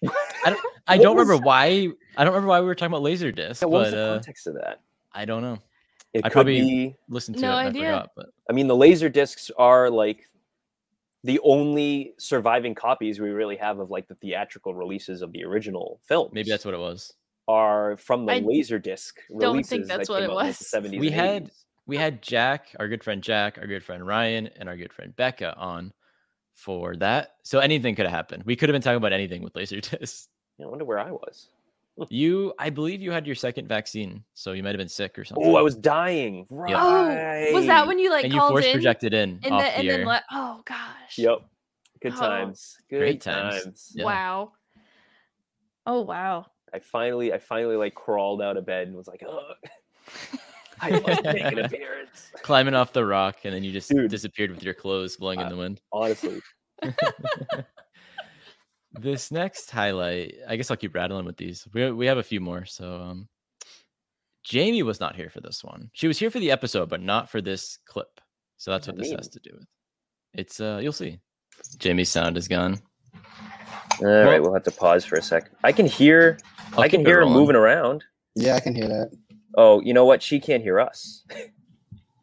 Speaker 2: What
Speaker 1: don't
Speaker 2: was-
Speaker 1: remember why. I don't remember why we were talking about laser disc,
Speaker 2: So what was
Speaker 1: but
Speaker 2: the
Speaker 1: uh,
Speaker 2: context of that?
Speaker 1: I don't know.
Speaker 2: It
Speaker 1: I
Speaker 2: could
Speaker 1: probably-
Speaker 2: be
Speaker 1: Listen to
Speaker 3: No
Speaker 1: it. and
Speaker 3: idea.
Speaker 1: I forgot, but
Speaker 2: I mean the laser discs are like the only surviving copies we really have of like the theatrical releases of the original film.
Speaker 1: maybe that's what it was.
Speaker 2: are from the
Speaker 3: I
Speaker 2: laser disc releases.
Speaker 3: don't think
Speaker 2: that
Speaker 3: that's what
Speaker 2: came
Speaker 3: it
Speaker 2: out in, like,
Speaker 3: was.
Speaker 2: the 70s
Speaker 1: We
Speaker 2: and
Speaker 1: had-
Speaker 2: 80s.
Speaker 1: we had Jack, our good friend Jack, our good friend Ryan, and our good friend Becca on for that. So anything could have happened. We could have been talking about anything with laser <laughs> discs.
Speaker 2: I wonder where I was.
Speaker 1: You, I believe you had your second vaccine, so you might have been sick or something.
Speaker 2: Oh, I was dying. Right.
Speaker 3: Oh, was that when you like
Speaker 1: and you
Speaker 3: called
Speaker 1: force
Speaker 3: in
Speaker 1: projected in
Speaker 3: and,
Speaker 1: off
Speaker 3: the,
Speaker 1: the,
Speaker 3: and
Speaker 1: air.
Speaker 3: then let? Oh gosh.
Speaker 2: Yep. Good
Speaker 3: Oh.
Speaker 2: times. Good
Speaker 1: Great times. Yeah.
Speaker 3: Wow. Oh wow.
Speaker 2: I finally, I finally like crawled out of bed and was like,
Speaker 1: <laughs>
Speaker 2: "Ugh, I must make an appearance."
Speaker 1: Climbing off the rock, and then you just
Speaker 2: Dude.
Speaker 1: disappeared with your clothes blowing in
Speaker 2: Uh,
Speaker 1: the
Speaker 2: <laughs>
Speaker 1: wind. <laughs>
Speaker 2: Honestly,
Speaker 1: This next highlight, I guess I'll keep rattling with these. We we have a few more. So, um, Jamie was not here for this one. She was here for the episode, but not for this clip. So that's
Speaker 2: does
Speaker 1: what
Speaker 2: that
Speaker 1: this
Speaker 2: mean?
Speaker 1: has to do with. It's uh, you'll see. Jamie's sound is gone.
Speaker 2: all right, we'll have to pause for a sec. I can hear,
Speaker 1: I'll
Speaker 2: I can
Speaker 1: keep it
Speaker 2: hear her
Speaker 1: rolling.
Speaker 2: moving around.
Speaker 8: Yeah, I can hear that.
Speaker 2: Oh, you know what? She can't hear us. <laughs>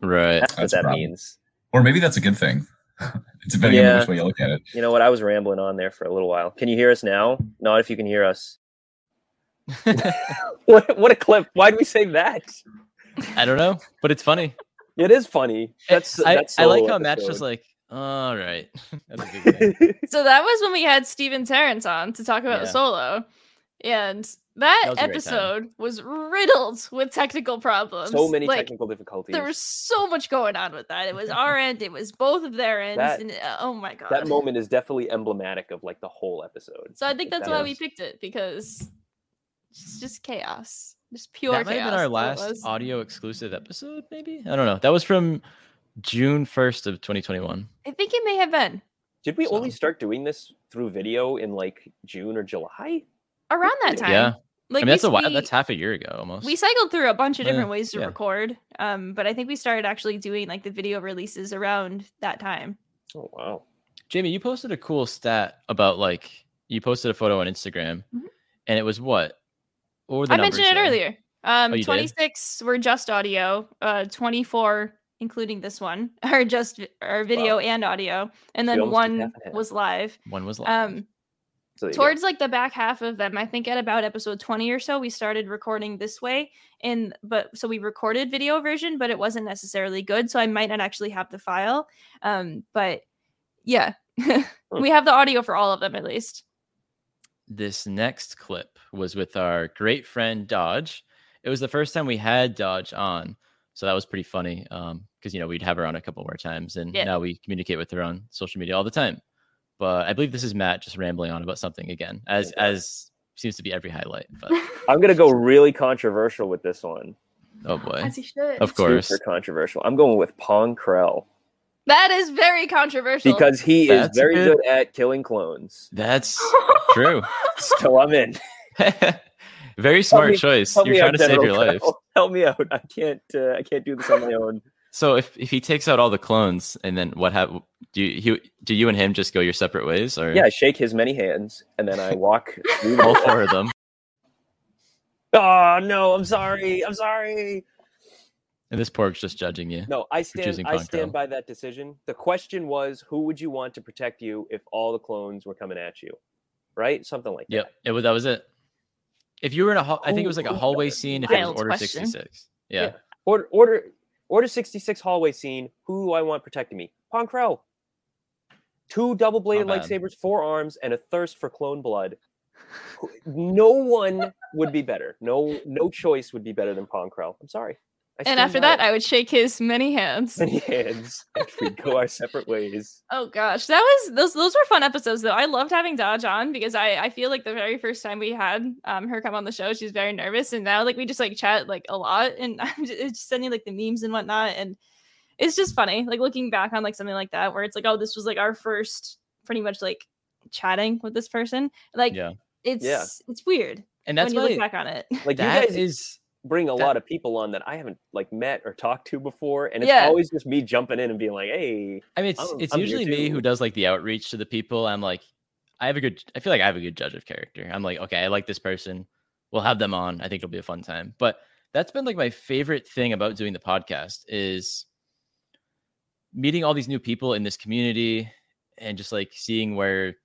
Speaker 1: Right.
Speaker 2: That's what
Speaker 9: That's a
Speaker 2: that
Speaker 9: problem.
Speaker 2: means.
Speaker 9: Or maybe that's a good thing. <laughs> it's depending
Speaker 2: Yeah.
Speaker 9: on which way you look at it.
Speaker 2: You know what? I was rambling on there for a little while. Can you hear us now? Not if you can hear us. <laughs> What? What a clip! Why'd we say that?
Speaker 1: I don't know, but it's funny.
Speaker 2: It is <laughs> funny. That's
Speaker 1: I,
Speaker 2: that's
Speaker 1: I like
Speaker 2: solo
Speaker 1: how Matt's just
Speaker 2: episode.
Speaker 1: like, all right. <laughs> That's a good thing.
Speaker 3: So that was when we had Steven Terrence on to talk about
Speaker 1: Yeah.
Speaker 3: Solo, and that,
Speaker 1: That was a great time.
Speaker 3: episode was riddled with technical problems.
Speaker 2: so many
Speaker 3: like,
Speaker 2: technical difficulties.
Speaker 3: There was so much going on with that. It was our end. It was both of their ends.
Speaker 2: That-
Speaker 3: and uh, oh my god.
Speaker 2: that moment is definitely emblematic of like the whole episode.
Speaker 3: So I think
Speaker 2: That
Speaker 3: that's why we
Speaker 2: is-
Speaker 3: picked it because it's just chaos, just pure
Speaker 1: that might
Speaker 3: chaos.
Speaker 1: have been our
Speaker 3: is what it
Speaker 1: last
Speaker 3: was.
Speaker 1: audio exclusive episode, maybe. I don't know. That was from June first of 2021.
Speaker 3: I think it may have been
Speaker 2: Did we only
Speaker 1: So-
Speaker 2: start doing this through video in like June or July?
Speaker 3: around that time.
Speaker 1: Yeah.
Speaker 3: like
Speaker 1: I mean, that's
Speaker 3: we,
Speaker 1: a while.
Speaker 3: we-
Speaker 1: That's half a year ago almost.
Speaker 3: we cycled through a bunch of
Speaker 1: Yeah,
Speaker 3: different ways to
Speaker 1: yeah.
Speaker 3: record, um, but I think we started actually doing like the video releases around that time.
Speaker 2: Oh wow.
Speaker 1: Jamie, you posted a cool stat about like you posted a photo on Instagram,
Speaker 3: Mhm.
Speaker 1: and it was what? What were the
Speaker 3: I
Speaker 1: numbers
Speaker 3: mentioned it
Speaker 1: there?
Speaker 3: earlier. Um,
Speaker 1: Oh, you did?
Speaker 3: 26 were just audio, uh, 24 including this one <laughs> are just vi- are video and audio, and
Speaker 2: So we
Speaker 3: then
Speaker 2: almost did
Speaker 3: one
Speaker 2: half and half.
Speaker 3: was live.
Speaker 1: One was live.
Speaker 3: Um,
Speaker 2: So there you go.
Speaker 3: towards like the back half of them i think at about episode 20 or so we started recording this way and but so we recorded video version but it wasn't necessarily good so i might not actually have the file um but yeah <laughs> we have the audio for all of them at least
Speaker 1: this next clip was with our great friend Dodge. It was the first time we had Dodge on, so that was pretty funny. Um, because you know we'd have her on a couple more times, and
Speaker 3: Yeah.
Speaker 1: now we communicate with her on social media all the time. But I believe this is Matt just rambling on about something again, as as seems to be every highlight. But
Speaker 2: I'm gonna go really controversial with this one.
Speaker 1: oh boy,
Speaker 3: he should
Speaker 1: of course,
Speaker 2: Super controversial. I'm going with Pong Krell
Speaker 3: that is very controversial <laughs>
Speaker 2: because he
Speaker 1: That's
Speaker 2: is very
Speaker 1: good.
Speaker 2: good at killing clones.
Speaker 1: that's true. <laughs>
Speaker 2: So I'm in.
Speaker 1: Very smart
Speaker 2: me-
Speaker 1: choice. <laughs>
Speaker 2: Help
Speaker 1: You're
Speaker 2: me
Speaker 1: trying
Speaker 2: out,
Speaker 1: to save your
Speaker 2: General
Speaker 1: life.
Speaker 2: Krell. Help me out. I can't. Uh, I can't do this on
Speaker 1: <laughs>
Speaker 2: my own.
Speaker 1: So if, if he takes out all the clones, and then what have do you he, do you and him just go your separate ways, or
Speaker 2: Yeah, I shake his many hands and then I walk. through
Speaker 1: <laughs> all
Speaker 2: <laughs> the-
Speaker 1: four of them?
Speaker 2: oh no! I'm sorry. I'm sorry.
Speaker 1: And this pork's just judging you.
Speaker 2: No, I
Speaker 1: choosing
Speaker 2: stand. I
Speaker 1: Pong Krell.
Speaker 2: stand by that decision. The question was, who would you want to protect you if all the clones were coming at you? Right? Something like
Speaker 1: Yep. It was that was it. If you were in a hall, I think it was like a
Speaker 2: Ooh,
Speaker 1: hallway
Speaker 2: that's a
Speaker 1: scene. If it was
Speaker 3: Oh, wild
Speaker 1: Order
Speaker 3: question.
Speaker 1: sixty six. Yeah.
Speaker 2: Yeah. Order order order 66 hallway scene. Who do I want protecting me? Pong Krell. Two double bladed
Speaker 1: Not bad.
Speaker 2: lightsabers, four arms, and a thirst for clone blood. Who- No one would be better. No no choice would be better than Pong Krell. I'm sorry. I
Speaker 3: and
Speaker 2: stand
Speaker 3: after
Speaker 2: by
Speaker 3: that
Speaker 2: it.
Speaker 3: i would shake his many hands
Speaker 2: many hands. <laughs> We go our separate ways.
Speaker 3: Oh gosh, that was those those were fun episodes though. I loved having Dodge on because I I feel like the very first time we had um her come on the show, she was very nervous, and now like we just like chat like a lot, and <laughs> I'm just, it's just sending like the memes and whatnot, and it's just funny like looking back on like something like that where it's like oh this was like our first pretty much like chatting with this person like
Speaker 1: Yeah.
Speaker 3: it's it's weird
Speaker 1: And that's
Speaker 3: when you
Speaker 1: why
Speaker 3: look back on it <laughs>
Speaker 2: Like you
Speaker 1: that
Speaker 2: guys
Speaker 1: is
Speaker 2: bring a
Speaker 1: that-
Speaker 2: lot of people on that I haven't like met or talked to before, and it's
Speaker 3: Yeah.
Speaker 2: always just me jumping in and being like, "Hey,
Speaker 1: I mean it's
Speaker 2: I'm-
Speaker 1: it's
Speaker 2: I'm here
Speaker 1: usually me
Speaker 2: too.
Speaker 1: who does like the outreach to the people. I'm like, I have a good I feel like I have a good judge of character. I'm like, okay, I like this person. We'll have them on. I think it'll be a fun time. But that's been like my favorite thing about doing the podcast is meeting all these new people in this community and just like seeing where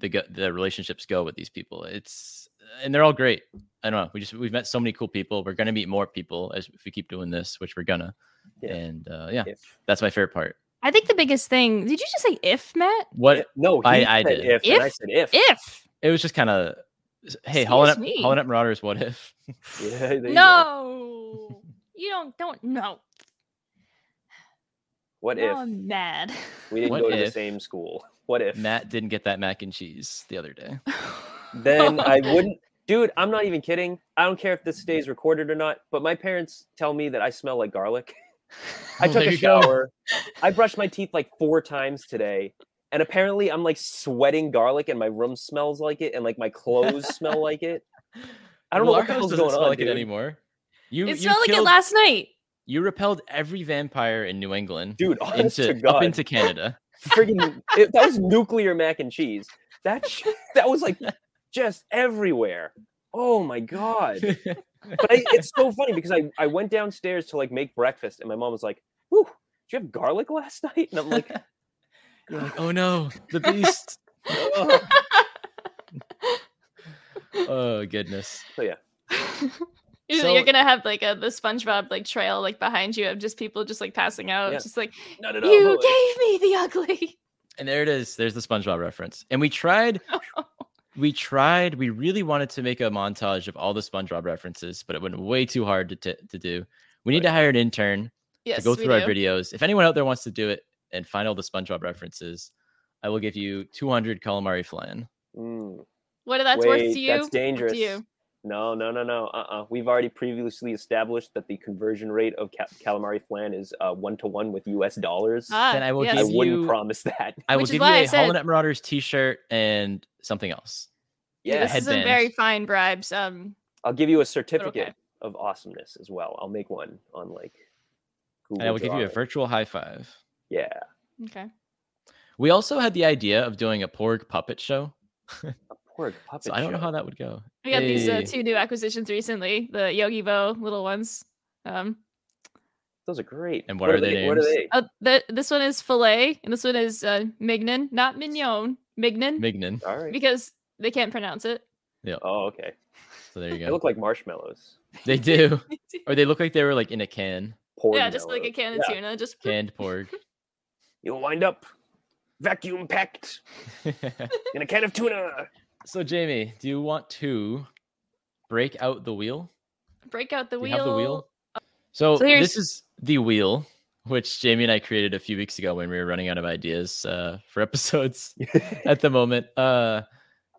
Speaker 1: the go- the relationships go with these people. It's and they're all great. I don't know. We just we've met so many cool people. We're gonna meet more people as if we keep doing this, which we're gonna.
Speaker 2: Yeah.
Speaker 1: And uh, yeah,
Speaker 2: if
Speaker 1: that's my favorite part.
Speaker 3: i think the biggest thing did you just say if matt
Speaker 1: What
Speaker 2: if- no, he
Speaker 1: I- I
Speaker 2: said
Speaker 1: did.
Speaker 2: if, and I
Speaker 3: If-
Speaker 2: said if,
Speaker 3: if
Speaker 1: it was just kind of hey
Speaker 3: Excuse
Speaker 1: hauling up
Speaker 3: me.
Speaker 1: hauling up marauders what if
Speaker 2: <laughs> Yeah, there you go.
Speaker 3: no you don't don't know
Speaker 2: What
Speaker 3: Now
Speaker 2: if
Speaker 3: i'm mad
Speaker 2: we didn't
Speaker 1: What
Speaker 2: go to the
Speaker 1: if-
Speaker 2: same school? <laughs> What
Speaker 1: <laughs>
Speaker 2: if
Speaker 1: matt didn't get that mac and cheese the other day <laughs>
Speaker 2: Then I wouldn't, dude. I'm not even kidding. I don't care if this stays recorded or not. But my parents tell me that I smell
Speaker 1: <laughs>
Speaker 2: like garlic. I
Speaker 1: Well,
Speaker 2: took
Speaker 1: there
Speaker 2: a
Speaker 1: you go.
Speaker 2: shower. I brushed my teeth like four times today, and apparently I'm like sweating garlic, and my room smells like it, and like my clothes
Speaker 1: <laughs>
Speaker 2: smell like it. I don't know what the
Speaker 1: Largo's
Speaker 2: hell's
Speaker 1: doesn't
Speaker 2: going
Speaker 1: smell
Speaker 2: on,
Speaker 1: like
Speaker 2: dude.
Speaker 1: it anymore you you,
Speaker 3: it smelled like it
Speaker 1: killed-
Speaker 3: last
Speaker 1: <laughs>
Speaker 3: night.
Speaker 1: you repelled every vampire in new england
Speaker 2: Dude, <laughs> honest
Speaker 1: into
Speaker 2: to God,
Speaker 1: up into
Speaker 2: <laughs>
Speaker 1: canada
Speaker 2: friggin' it, that was nuclear mac and cheese. That sh-
Speaker 1: <laughs>
Speaker 2: that was like just everywhere. Oh my god! But I, it's so funny because I I went downstairs to like make breakfast, and my mom was like, "Whew, did you have garlic last <laughs> night?" And I'm
Speaker 3: <laughs>
Speaker 2: like,
Speaker 1: you're like oh no <laughs> the beast
Speaker 2: "Ugh."
Speaker 1: oh goodness
Speaker 3: You're, you're
Speaker 1: So-
Speaker 3: gonna have like a the SpongeBob like trail like behind you of just people just like passing out,
Speaker 2: Yeah.
Speaker 3: just like
Speaker 2: "No, no, no."
Speaker 3: you
Speaker 2: but, like,
Speaker 3: gave me the ugly. <laughs>
Speaker 1: and there it is there's the spongebob reference and we tried we tried we really wanted to make a montage of all the spongebob references but it went way too hard to, t- to do we need to hire an intern
Speaker 3: Yes,
Speaker 1: to go
Speaker 3: we
Speaker 1: through our
Speaker 3: do.
Speaker 1: videos. If anyone out there wants to do it and find all the SpongeBob references, I will give you 200 calamari flying.
Speaker 2: mm,
Speaker 3: What if that's
Speaker 2: wait,
Speaker 3: worth to you?
Speaker 2: That's
Speaker 3: up to
Speaker 2: dangerous.
Speaker 3: you.
Speaker 2: No, no, no, no. Uh-uh. We've already previously established that the conversion rate of ca- calamari flan is uh, one to one with U.S. dollars.
Speaker 3: Ah,
Speaker 1: Then I will
Speaker 3: yes.
Speaker 2: I
Speaker 1: give
Speaker 2: wouldn't
Speaker 1: you-
Speaker 2: promise that. <laughs>
Speaker 1: I will
Speaker 3: Which is
Speaker 1: give you
Speaker 3: why I
Speaker 1: a
Speaker 3: said-
Speaker 1: Hollow Knight Marauders t-shirt and something else.
Speaker 2: Yeah,
Speaker 3: this is some
Speaker 1: headband.
Speaker 3: very fine bribes. Um,
Speaker 2: I'll give you a certificate
Speaker 3: okay.
Speaker 2: of awesomeness as well. I'll make one on like Google.
Speaker 1: And I will give you a
Speaker 2: Drive.
Speaker 1: virtual high five.
Speaker 2: yeah,
Speaker 3: okay.
Speaker 1: We also had the idea of doing a Porg puppet show.
Speaker 2: a pork puppet.
Speaker 1: So I don't know
Speaker 2: show.
Speaker 1: how that would go.
Speaker 3: We got these uh,
Speaker 1: Hey.
Speaker 3: two new acquisitions recently, the Yogi Bo little ones. Um,
Speaker 2: Those are great.
Speaker 1: And what are their
Speaker 2: What are
Speaker 1: names?
Speaker 2: they?
Speaker 3: oh, the, this one is filet, and this one is uh, mignon, not mignon, mignon,
Speaker 1: Mignon.
Speaker 2: All right.
Speaker 3: because They can't pronounce it.
Speaker 2: Oh, okay.
Speaker 1: So there you
Speaker 2: They
Speaker 1: go.
Speaker 2: look like marshmallows.
Speaker 1: They
Speaker 3: <laughs>
Speaker 1: do, or they look like they were like in a can,
Speaker 2: Pork
Speaker 3: yeah, just like a
Speaker 2: mellows.
Speaker 3: can of
Speaker 2: Yeah.
Speaker 3: tuna. Just
Speaker 1: canned
Speaker 3: <laughs>
Speaker 1: pork.
Speaker 2: You'll wind up
Speaker 1: <laughs>
Speaker 2: vacuum packed in a can of tuna.
Speaker 1: so Jamie, do you want to break out the wheel?
Speaker 3: break out the
Speaker 1: Do
Speaker 3: wheel. Oh.
Speaker 1: you have the wheel? So,
Speaker 3: So here's-
Speaker 1: this is the wheel, which Jamie and I created a few weeks ago when we were running out of ideas uh, for
Speaker 2: <laughs>
Speaker 1: episodes at the moment. Uh,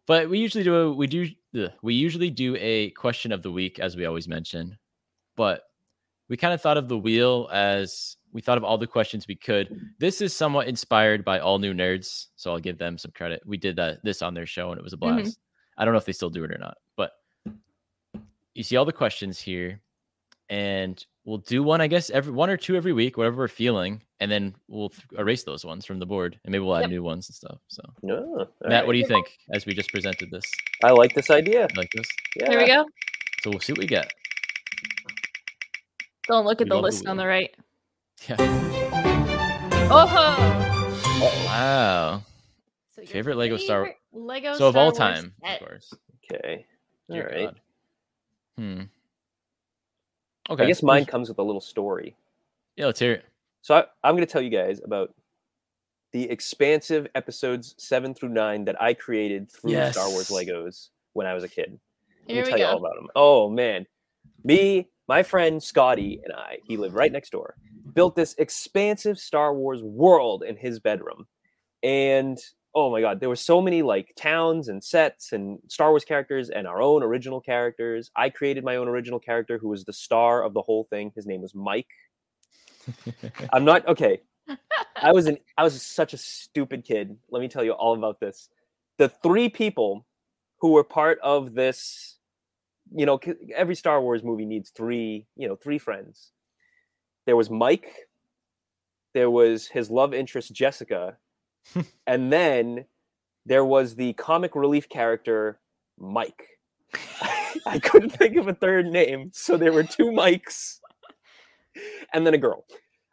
Speaker 1: but we usually do a, we do ugh, we usually do a question of the week as we always mention. But we kind of thought of the wheel as we thought of all the questions we could. This is somewhat inspired by all new nerds, so I'll give them some credit. We did that this on their show and it was a
Speaker 3: Mhm.
Speaker 1: blast. I don't know if they still do it or not, but you see all the questions here and we'll do one, I guess, every one or two every week, whatever we're feeling, and then we'll th- erase those ones from the board, and maybe we'll add
Speaker 3: Yep.
Speaker 1: new ones and stuff. So,
Speaker 2: No. Oh, all
Speaker 1: Matt,
Speaker 2: right.
Speaker 1: what do you think? As we just presented this,
Speaker 2: I like this idea.
Speaker 1: You like this,
Speaker 2: Yeah.
Speaker 3: There we go.
Speaker 1: so we'll see what we get.
Speaker 3: Don't look at
Speaker 1: We
Speaker 3: the
Speaker 1: love the
Speaker 3: list on
Speaker 1: wheel.
Speaker 3: the right. <laughs>
Speaker 1: Yeah.
Speaker 3: Oh. ho!
Speaker 1: Wow.
Speaker 3: So your
Speaker 1: Favorite Lego Star-
Speaker 3: favorite Lego
Speaker 1: so of all
Speaker 3: Star Wars
Speaker 1: time,
Speaker 3: set.
Speaker 1: of course.
Speaker 2: Okay. All
Speaker 1: Dear
Speaker 2: right.
Speaker 1: Oh, God. Hmm. Okay.
Speaker 2: I guess mine comes with a little story.
Speaker 1: Yeah, let's hear it.
Speaker 2: So I, I'm going to tell you guys about the expansive episodes seven through nine that I created through Star Wars
Speaker 1: Yes.
Speaker 2: Legos when I was a kid. Let
Speaker 3: Here
Speaker 2: me
Speaker 3: we
Speaker 2: tell you all
Speaker 3: go.
Speaker 2: about him. Oh man, me, my friend Scotty, and I. He lived right next door. Built this expansive Star Wars world in his bedroom, and oh my god, there were so many like towns and sets and Star Wars characters and our own original characters. I created my own original character who was the star of the whole thing. His name was Mike.
Speaker 3: <laughs>
Speaker 2: I'm not okay. I was an I was such a stupid kid. Let me tell you all about this. The three people who were part of this, you know, 'cause every Star Wars movie needs three, you know, three friends. There was Mike, there was his love interest Jessica, and then there was the comic relief character Mike. <laughs> I couldn't think of a third name, so there were two Mikes, and then a girl.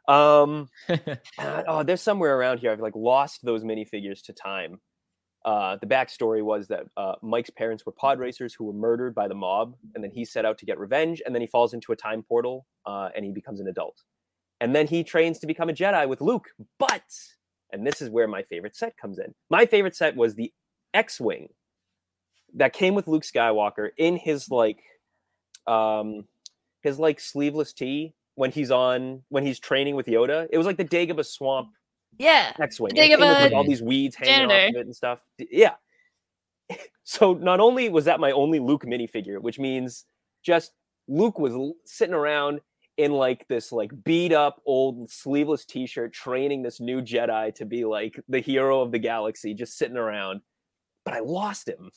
Speaker 2: Um, and I- oh, there's somewhere around here. I've like lost those minifigures to time. Uh, the backstory was that uh, Mike's parents were pod racers who were murdered by the mob, and then he set out to get revenge. And then he falls into a time portal, uh, and he becomes an adult. And then he trains to become a Jedi with Luke. But, and this is where my favorite set comes in. My favorite set was the X-wing that came with Luke Skywalker in his like, um, his like sleeveless tee when he's on when he's training with Yoda. It was like the Dagobah swamp
Speaker 3: Yeah.
Speaker 2: X-wing.
Speaker 3: Dig
Speaker 2: It came with, like,
Speaker 1: of a
Speaker 2: all these weeds hanging off of
Speaker 3: janitor.
Speaker 2: it and stuff. D- Yeah. <laughs> So not only was that my only Luke minifigure, which means just Luke was l- sitting around in like this like beat up old sleeveless t-shirt training this new Jedi to be like the hero of the galaxy just sitting around. But I lost him.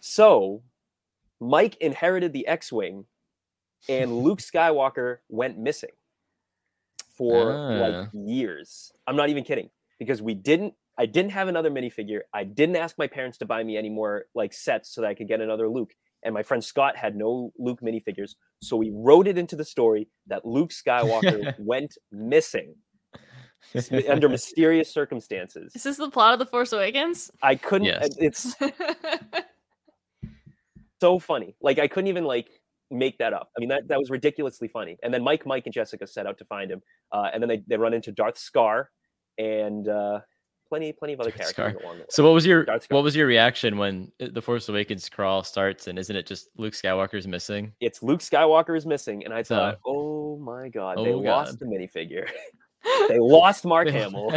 Speaker 2: So Mike inherited the X-wing
Speaker 1: <laughs>
Speaker 2: and Luke Skywalker went missing for
Speaker 1: Ah.
Speaker 2: like years. I'm not even kidding because we didn't I didn't have another minifigure. I didn't ask my parents to buy me any more like sets so that I could get another Luke. And my friend Scott had no Luke minifigures, so we wrote it into the story that Luke Skywalker
Speaker 1: <laughs>
Speaker 2: went missing s- under mysterious circumstances.
Speaker 3: Is this the plot of The Force Awakens?
Speaker 2: I couldn't.
Speaker 1: Yes.
Speaker 2: It's so funny. Like I couldn't even like make that up. I mean that that was ridiculously funny. And then Mike, Mike, and Jessica set out to find him, uh, and then they, they run into Darth Scar and uh, plenty plenty of other
Speaker 1: Darth
Speaker 2: characters
Speaker 1: Scar.
Speaker 2: along the way.
Speaker 1: So what was your
Speaker 2: Darth Scar.
Speaker 1: what was your reaction when uh, the Force Awakens crawl starts and isn't it just Luke Skywalker's missing?
Speaker 2: it's Luke Skywalker is missing, and I
Speaker 1: So-
Speaker 2: thought, oh my god, they
Speaker 1: Oh,
Speaker 2: lost the minifigure.
Speaker 1: <laughs>
Speaker 2: they lost Mark Hamill.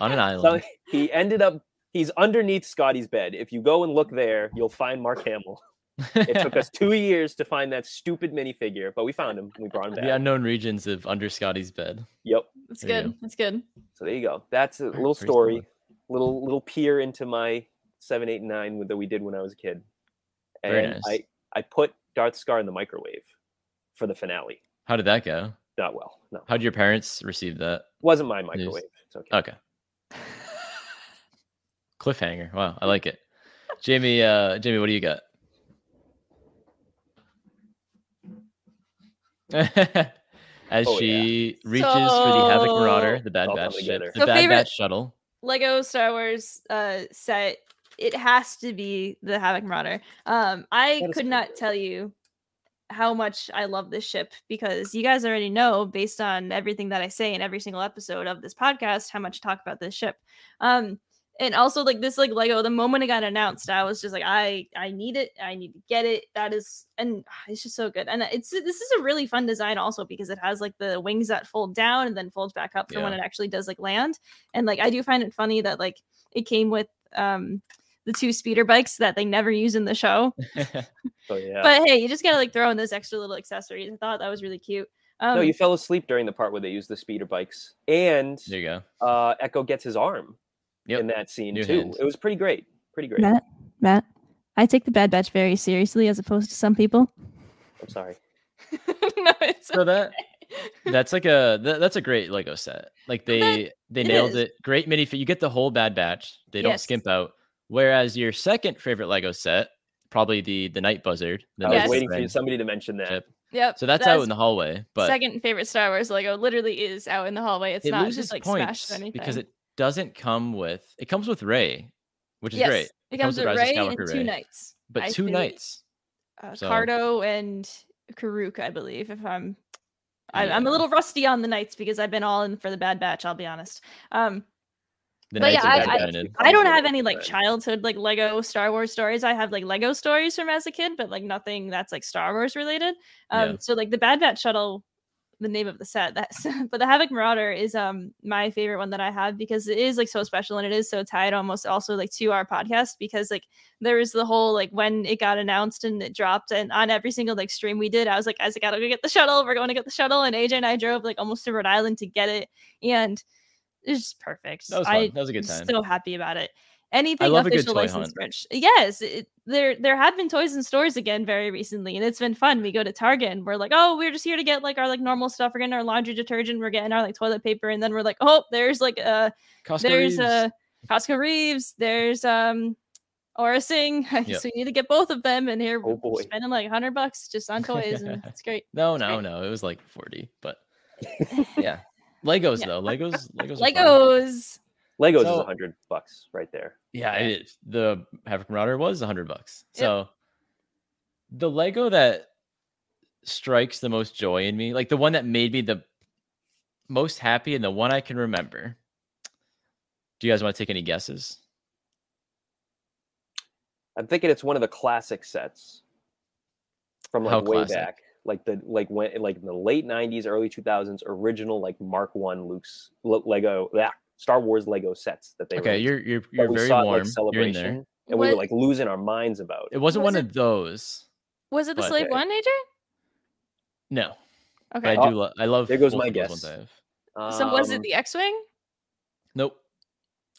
Speaker 1: on an
Speaker 2: So
Speaker 1: island.
Speaker 2: he ended up. He's underneath Scotty's bed. If you go and look there, you'll find Mark Hamill. It
Speaker 1: <laughs>
Speaker 2: took us two years to find that stupid minifigure, but we found him. and We brought him back.
Speaker 1: the unknown regions of under Scotty's bed.
Speaker 2: Yep.
Speaker 3: That's
Speaker 1: There you
Speaker 3: good. That's good.
Speaker 2: So there you go. That's a
Speaker 1: right,
Speaker 2: little
Speaker 1: praise the
Speaker 2: story,
Speaker 1: Lord.
Speaker 2: little little peer into my seven, eight, and nine with- that we did when I was a kid. And
Speaker 1: Very nice.
Speaker 2: I I put Darth Scar in the microwave for the finale.
Speaker 1: How did that go?
Speaker 2: Not well. No,
Speaker 1: How did your parents receive that?
Speaker 2: wasn't my microwave. It's okay.
Speaker 1: Okay. Cliffhanger. Wow, I
Speaker 3: <laughs>
Speaker 1: like it. Jamie, uh, Jamie, what do you got? <laughs> As
Speaker 2: Oh, yeah.
Speaker 1: she reaches for the Havoc Marauder,
Speaker 3: So-
Speaker 1: the Bad
Speaker 2: All
Speaker 1: Batch
Speaker 2: coming
Speaker 1: ship, <laughs>
Speaker 2: together.
Speaker 1: the
Speaker 3: So
Speaker 1: Bad
Speaker 3: favorite-
Speaker 1: Batch shuttle.
Speaker 3: Lego Star Wars uh, set it has to be the Havoc Marauder. Um, I
Speaker 2: That is
Speaker 3: could
Speaker 2: cool.
Speaker 3: not tell you how much I love this ship because you guys already know, based on everything that I say in every single episode of this podcast, how much I talk about this ship. Um, and also like this like Lego, the moment it got announced, I was just like, I I need it, I need to get it. That is, and <sighs> it's just so good. And it's this is a really fun design also because it has like the wings that fold down and then folds back up for when it actually does like land. And like I do find it funny that like it came with um the two speeder bikes that they never use in the show.
Speaker 2: So yeah.
Speaker 3: But hey, you just gotta like throw in those extra little accessories. I thought that was really cute. Um,
Speaker 2: no, you fell asleep during the part where they use the speeder bikes, and
Speaker 1: There you
Speaker 3: <laughs>
Speaker 1: go.
Speaker 2: uh, Echo gets his arm
Speaker 1: Yep.
Speaker 2: in that scene
Speaker 1: New
Speaker 2: too.
Speaker 1: hand.
Speaker 2: It was pretty great. Pretty great.
Speaker 3: Matt, Matt, I take the Bad Batch very seriously as opposed to some people.
Speaker 2: I'm sorry.
Speaker 3: <laughs> no, it's
Speaker 1: So that <laughs> that's like a tha- that's a great Lego set. Like
Speaker 3: That-
Speaker 1: they they
Speaker 3: it
Speaker 1: nailed
Speaker 3: is.
Speaker 1: it. Great minifig. You get the whole Bad Batch. They don't
Speaker 3: Yes.
Speaker 1: skimp out. Whereas your second favorite Lego set, probably the the Night Buzzard. The
Speaker 2: I
Speaker 1: Night
Speaker 2: was
Speaker 3: Yes.
Speaker 2: waiting for
Speaker 1: Buzzard.
Speaker 2: you- somebody to mention that.
Speaker 1: Yep.
Speaker 3: yep.
Speaker 1: So that's
Speaker 3: that
Speaker 1: out
Speaker 3: is
Speaker 1: in the hallway, but
Speaker 3: second favorite Star Wars Lego literally is out in the hallway. It's
Speaker 1: it
Speaker 3: not
Speaker 1: loses
Speaker 3: just like
Speaker 1: points
Speaker 3: smashed or anything.
Speaker 1: because it doesn't come with. It comes with Ray, which is
Speaker 3: yes,
Speaker 1: great.
Speaker 3: It comes with
Speaker 1: with Rise of
Speaker 3: Ray and
Speaker 1: Skywalker Rey.
Speaker 3: two knights.
Speaker 1: But
Speaker 3: I
Speaker 1: two
Speaker 3: think,
Speaker 1: nights.
Speaker 3: uh,
Speaker 1: so-
Speaker 3: Cardo and Karuk, I believe. If I'm, I, I'm
Speaker 1: Yeah.
Speaker 3: a little rusty on the knights because I've been all in for the Bad Batch. I'll be honest. Um,
Speaker 1: The
Speaker 3: But
Speaker 1: Knights
Speaker 3: yeah,
Speaker 1: are
Speaker 3: I- I-
Speaker 1: represented.
Speaker 3: I don't
Speaker 2: Probably
Speaker 3: have
Speaker 2: would
Speaker 3: any like
Speaker 2: recommend.
Speaker 3: childhood like Lego Star Wars stories. I have like Lego stories from as a kid, but like nothing that's like Star Wars related. Um,
Speaker 1: Yeah.
Speaker 3: so like the Bad Batch shuttle, the name of the set. That's <laughs> but the Havoc Marauder is um my favorite one that I have because it is like so special and it is so tied almost also like to our podcast because like there was the whole like when it got announced and it dropped and on every single like stream we did, I was like, Isaac, I gotta go get the shuttle. We're going to get the shuttle, and AJ and I drove like almost to Rhode Island to get it, and it's just perfect.
Speaker 1: That was
Speaker 3: I,
Speaker 1: fun. That was a good
Speaker 3: I'm
Speaker 1: time.
Speaker 3: So happy about it. Anything
Speaker 1: love a good
Speaker 3: official
Speaker 1: toy
Speaker 3: license
Speaker 1: hunt.
Speaker 3: merch. Yes, it, there there have been toys in stores again very recently, and it's been fun. We go to Target and we're like, oh, we're just here to get like our like normal stuff. We're getting our laundry detergent, we're getting our like toilet paper, and then we're like, oh, there's like a
Speaker 1: Costco Reeves.
Speaker 3: there's a Costco Reeves, there's um Aura Singh. <laughs> I guess we need to get both of them, and here
Speaker 2: Oh,
Speaker 3: we're
Speaker 2: boy.
Speaker 3: spending like hundred bucks just on
Speaker 1: <laughs>
Speaker 3: toys, and it's great.
Speaker 1: No,
Speaker 3: It's
Speaker 1: no,
Speaker 3: great.
Speaker 1: no. It was like
Speaker 3: <laughs>
Speaker 1: 40, but yeah. Legos
Speaker 3: Yeah.
Speaker 1: though. Legos, Legos. are fun.
Speaker 3: Legos.
Speaker 2: Legos is
Speaker 1: So-
Speaker 2: a hundred bucks right there.
Speaker 1: Yeah,
Speaker 2: Yeah.
Speaker 1: it is. the Havoc Marauder was 100 bucks.
Speaker 3: Yep.
Speaker 1: So the Lego that strikes the most joy in me, like the one that made me the most happy and the one I can remember. Do you guys want to take any guesses?
Speaker 2: I'm thinking it's one of the classic sets from like
Speaker 1: How
Speaker 2: way
Speaker 1: classic?
Speaker 2: back, like the like when like in the late '90s, early 2000s, original like Mark One Luke's Le- Lego that Star Wars Lego sets that they
Speaker 1: Okay,
Speaker 2: released
Speaker 1: you're you're
Speaker 2: that
Speaker 1: you're
Speaker 2: we
Speaker 1: very
Speaker 2: saw at,
Speaker 1: warm.
Speaker 2: Like,
Speaker 1: you're in
Speaker 2: celebration,
Speaker 1: there.
Speaker 2: and we
Speaker 3: What-
Speaker 2: were like losing our minds about.
Speaker 1: It wasn't
Speaker 3: Was
Speaker 1: one
Speaker 3: it-
Speaker 1: of those.
Speaker 3: Was it the
Speaker 1: But-
Speaker 3: slave one, AJ?
Speaker 1: No, but
Speaker 3: Okay.
Speaker 1: I
Speaker 2: Oh,
Speaker 1: do. Lo- I love.
Speaker 2: there goes
Speaker 1: both
Speaker 2: my
Speaker 1: of those ones
Speaker 2: guess.
Speaker 1: I have.
Speaker 3: so was it
Speaker 2: Um,
Speaker 3: the X-wing?
Speaker 1: Nope.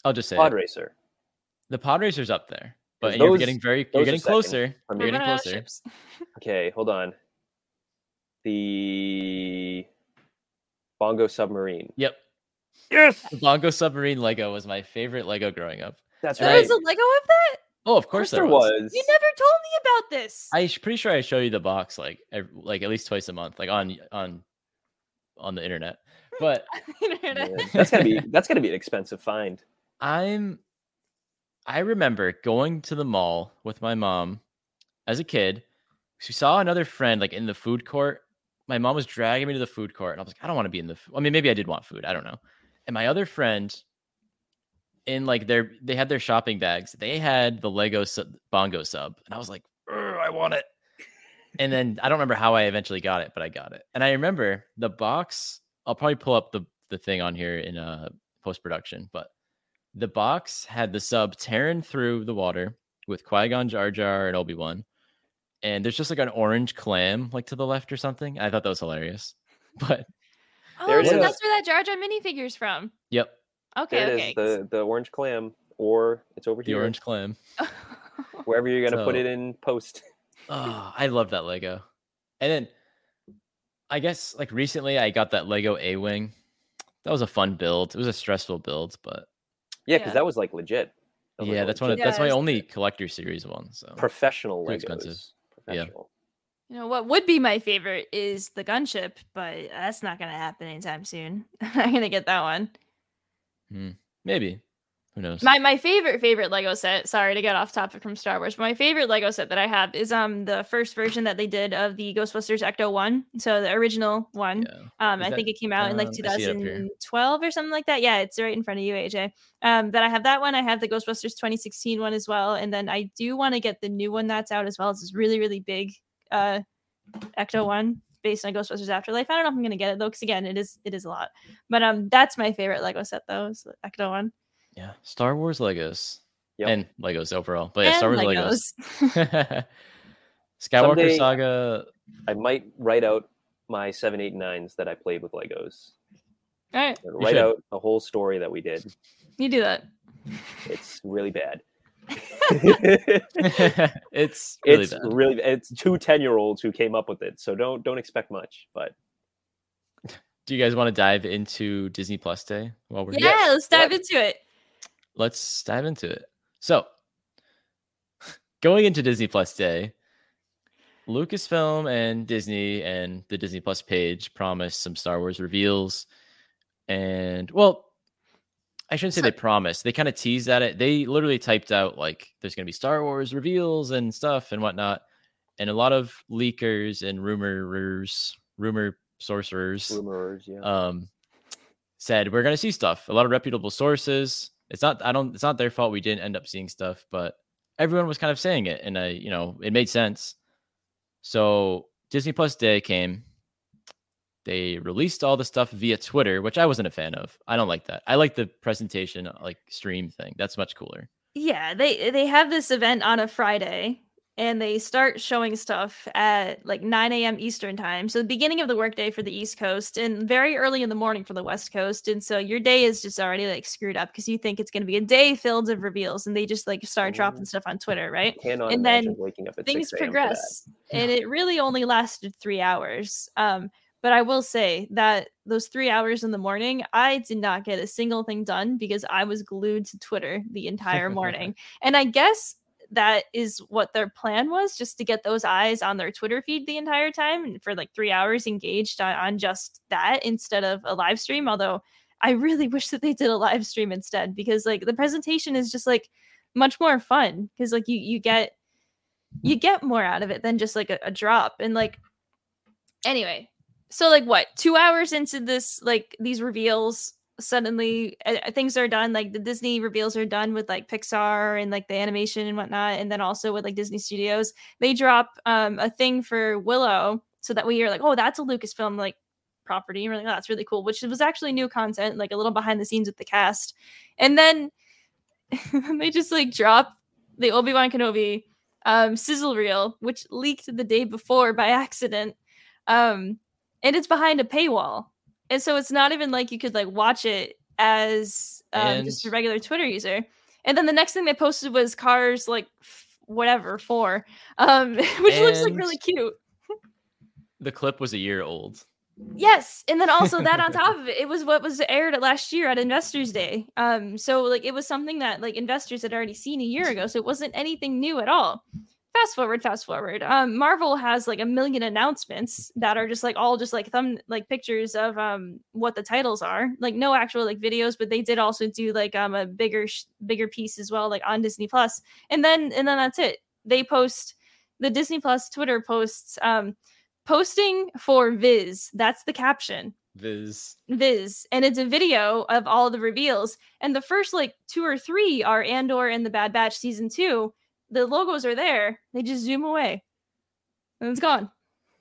Speaker 1: I'll just say
Speaker 2: Pod
Speaker 1: it.
Speaker 2: Racer?
Speaker 1: the pod racer's up there, but
Speaker 2: Because
Speaker 1: you're
Speaker 2: those-
Speaker 1: getting very
Speaker 2: those
Speaker 1: you're
Speaker 2: are
Speaker 1: getting
Speaker 2: second
Speaker 1: closer.
Speaker 2: for
Speaker 1: You're
Speaker 2: me.
Speaker 3: We're
Speaker 1: getting
Speaker 3: running out of
Speaker 1: closer.
Speaker 3: ships. Uh-huh.
Speaker 2: Okay, hold on. The Bongo Submarine.
Speaker 1: Yep.
Speaker 5: Yes.
Speaker 1: The Bongo Submarine Lego was my favorite Lego growing up.
Speaker 2: That's
Speaker 3: There
Speaker 2: right.
Speaker 3: was a Lego of that?
Speaker 1: Oh, of
Speaker 2: Of
Speaker 1: course
Speaker 2: course there was.
Speaker 3: You never told me about this. <laughs>
Speaker 1: I'm pretty sure I show you the box like ev- like at least twice a month, like on on on the internet. But
Speaker 3: Internet.
Speaker 2: Man, that's gotta be that's gotta be an expensive find.
Speaker 1: I'm I remember going to the mall with my mom as a kid. She saw another friend like in the food court. My mom was dragging me to the food court, and I was like, I don't want to be in the. f- I mean, maybe I did want food. I don't know. And my other friend, in like their, they had their shopping bags. They had the Lego sub, bongo sub, and I was like, "Ugh, I want it. And then I don't remember how I eventually got it, but I got it. And I remember the box. I'll probably pull up the the thing on here in uh post production, but the box had the sub tearing through the water with Qui Gon, Jar Jar, and Obi Wan. And there's just like an orange clam like to the left or something. I thought that was hilarious. <laughs> But
Speaker 2: There
Speaker 3: Oh,
Speaker 2: it
Speaker 3: so
Speaker 2: is.
Speaker 3: that's where that Jar Jar minifigure's from.
Speaker 1: yep,
Speaker 3: Okay,
Speaker 2: There it is,
Speaker 3: okay.
Speaker 2: the the orange clam, or it's over
Speaker 1: the
Speaker 2: here,
Speaker 1: orange clam.
Speaker 2: wherever you're gonna put
Speaker 1: So-
Speaker 2: it in post. <laughs>
Speaker 1: Oh, I love that Lego. And then I guess like recently I got that Lego A Wing. That was a fun build. It was a stressful build, but
Speaker 2: Yeah, because
Speaker 3: Yeah.
Speaker 2: that was like legit. That was, like,
Speaker 1: yeah, that's one. Of,
Speaker 2: legit.
Speaker 3: Yeah,
Speaker 1: that's my
Speaker 3: it's-
Speaker 1: only collector series one. So
Speaker 2: professional.
Speaker 1: Too
Speaker 2: Legos.
Speaker 1: expensive. Yeah.
Speaker 2: Professional.
Speaker 3: <laughs> you know what would be my favorite is the gunship, but <laughs> that's not gonna happen anytime soon. I'm not gonna get that one.
Speaker 1: maybe Who knows?
Speaker 3: My my favorite favorite Lego set. Sorry to get off topic from Star Wars, but my favorite Lego set that I have is um the first version that they did of the Ghostbusters Ecto one. So the original one.
Speaker 1: Yeah.
Speaker 3: Um,
Speaker 1: Is
Speaker 3: I
Speaker 1: that-
Speaker 3: think it came out in like
Speaker 1: um, I see it up here.
Speaker 3: 2012 or something like that. Yeah, it's right in front of you, AJ. Um, that I have that one. I have the Ghostbusters 2016 one as well, and then I do want to get the new one that's out as well. It's this really really big uh Ecto one based on Ghostbusters Afterlife. I don't know if I'm gonna get it though, because again, it is it is a lot. But um, that's my favorite Lego set though, is the Ecto one.
Speaker 1: Yeah, Star Wars Legos
Speaker 2: Yep.
Speaker 1: and Legos overall, but Oh, yeah, Star Wars
Speaker 3: And
Speaker 1: Legos.
Speaker 3: Legos.
Speaker 1: <laughs> Skywalker
Speaker 2: Someday-
Speaker 3: <laughs>
Speaker 1: Saga. <laughs>
Speaker 2: I might write out my seven eight nines that I played with Legos.
Speaker 3: All right,
Speaker 2: Write
Speaker 1: should.
Speaker 2: out a whole story that we did.
Speaker 3: you do that.
Speaker 2: It's really bad.
Speaker 3: <laughs>
Speaker 1: it's really
Speaker 2: it's
Speaker 1: bad.
Speaker 2: really it's two 10 year olds who came up with it so don't don't expect much but
Speaker 1: Do you guys want to dive into Disney Plus Day while we're
Speaker 3: Yeah,
Speaker 1: here?
Speaker 3: let's dive into it.
Speaker 1: Let's dive into it. So, going into Disney Plus Day, Lucasfilm and Disney and the Disney Plus page promised some Star Wars reveals. And, well, I shouldn't say
Speaker 3: So-
Speaker 1: they promised. They kind of teased at it. They literally typed out, like, there's going to be Star Wars reveals and stuff and whatnot. And a lot of leakers and rumorers, rumor sorcerers
Speaker 2: rumors yeah
Speaker 1: um, said we're going to see stuff. A lot of reputable sources. It's not. I don't. It's not their fault we didn't end up seeing stuff, but everyone was kind of saying it, and I, you know, it made sense. So Disney Plus Day came. They released all the stuff via Twitter, which I wasn't a fan of. I don't like that. I like the presentation, like stream thing. That's much cooler.
Speaker 3: Yeah, they they have this event on a Friday, and they start showing stuff at like 9 a.m. Eastern time, so the beginning of the workday for the East Coast, and very early in the morning for the West Coast, and so your day is just already like screwed up because you think it's going to be a day filled of reveals, and they just like start dropping stuff on Twitter, right?
Speaker 2: cannot
Speaker 3: and
Speaker 2: imagine
Speaker 3: then
Speaker 2: waking up at
Speaker 3: things
Speaker 2: 6 a.m. for
Speaker 3: progress and it really only lasted three hours um but i will say that those three hours in the morning i did not get a single thing done because i was glued to twitter the entire morning and i guess that is what their plan was just to get those eyes on their twitter feed the entire time and for like three hours engaged on, on just that instead of a live stream although i really <laughs> wish that they did a live stream instead because like the presentation is just like much more fun because like you you get you get more out of it than just like a, a drop and like anyway so like what two hours into this like these reveals suddenly uh, things are done like the disney reveals are done with like pixar and like the animation and whatnot and then also with like disney studios they drop um a thing for willow so that we are like oh that's a lucasfilm like property and we're like oh that's really cool which was actually new content like a little behind the scenes with the cast and then <laughs> they just like drop the obi-wan kenobi um, sizzle reel, which leaked the day before by accident. Um, and it's behind a paywall. And so it's not even like you could like watch it as um, just a
Speaker 1: And-
Speaker 3: regular Twitter user. And then the next thing they posted was cars like f- whatever four, um, <laughs> which looks like
Speaker 1: And-
Speaker 3: really cute.
Speaker 1: The clip was a year old.
Speaker 3: Yes, and then also that on top of it, it was what was aired at last year at Investors Day. Um, so like it was something that like investors had already seen a year ago, so it wasn't anything new at all. Fast forward, fast forward. Um, Marvel has like a million announcements that are just like all just like thumb like pictures of um what the titles are, like no actual like videos, but they did also do like um a bigger sh- bigger piece as well, like on Disney Plus, and then and then that's it. They post the Disney Plus Twitter posts um posting for Viz. That's the caption.
Speaker 1: Viz.
Speaker 3: Viz. And it's a video of all the reveals. And the first like two or three are Andor and the Bad Batch season two. The logos are there. They just zoom away. And it's gone.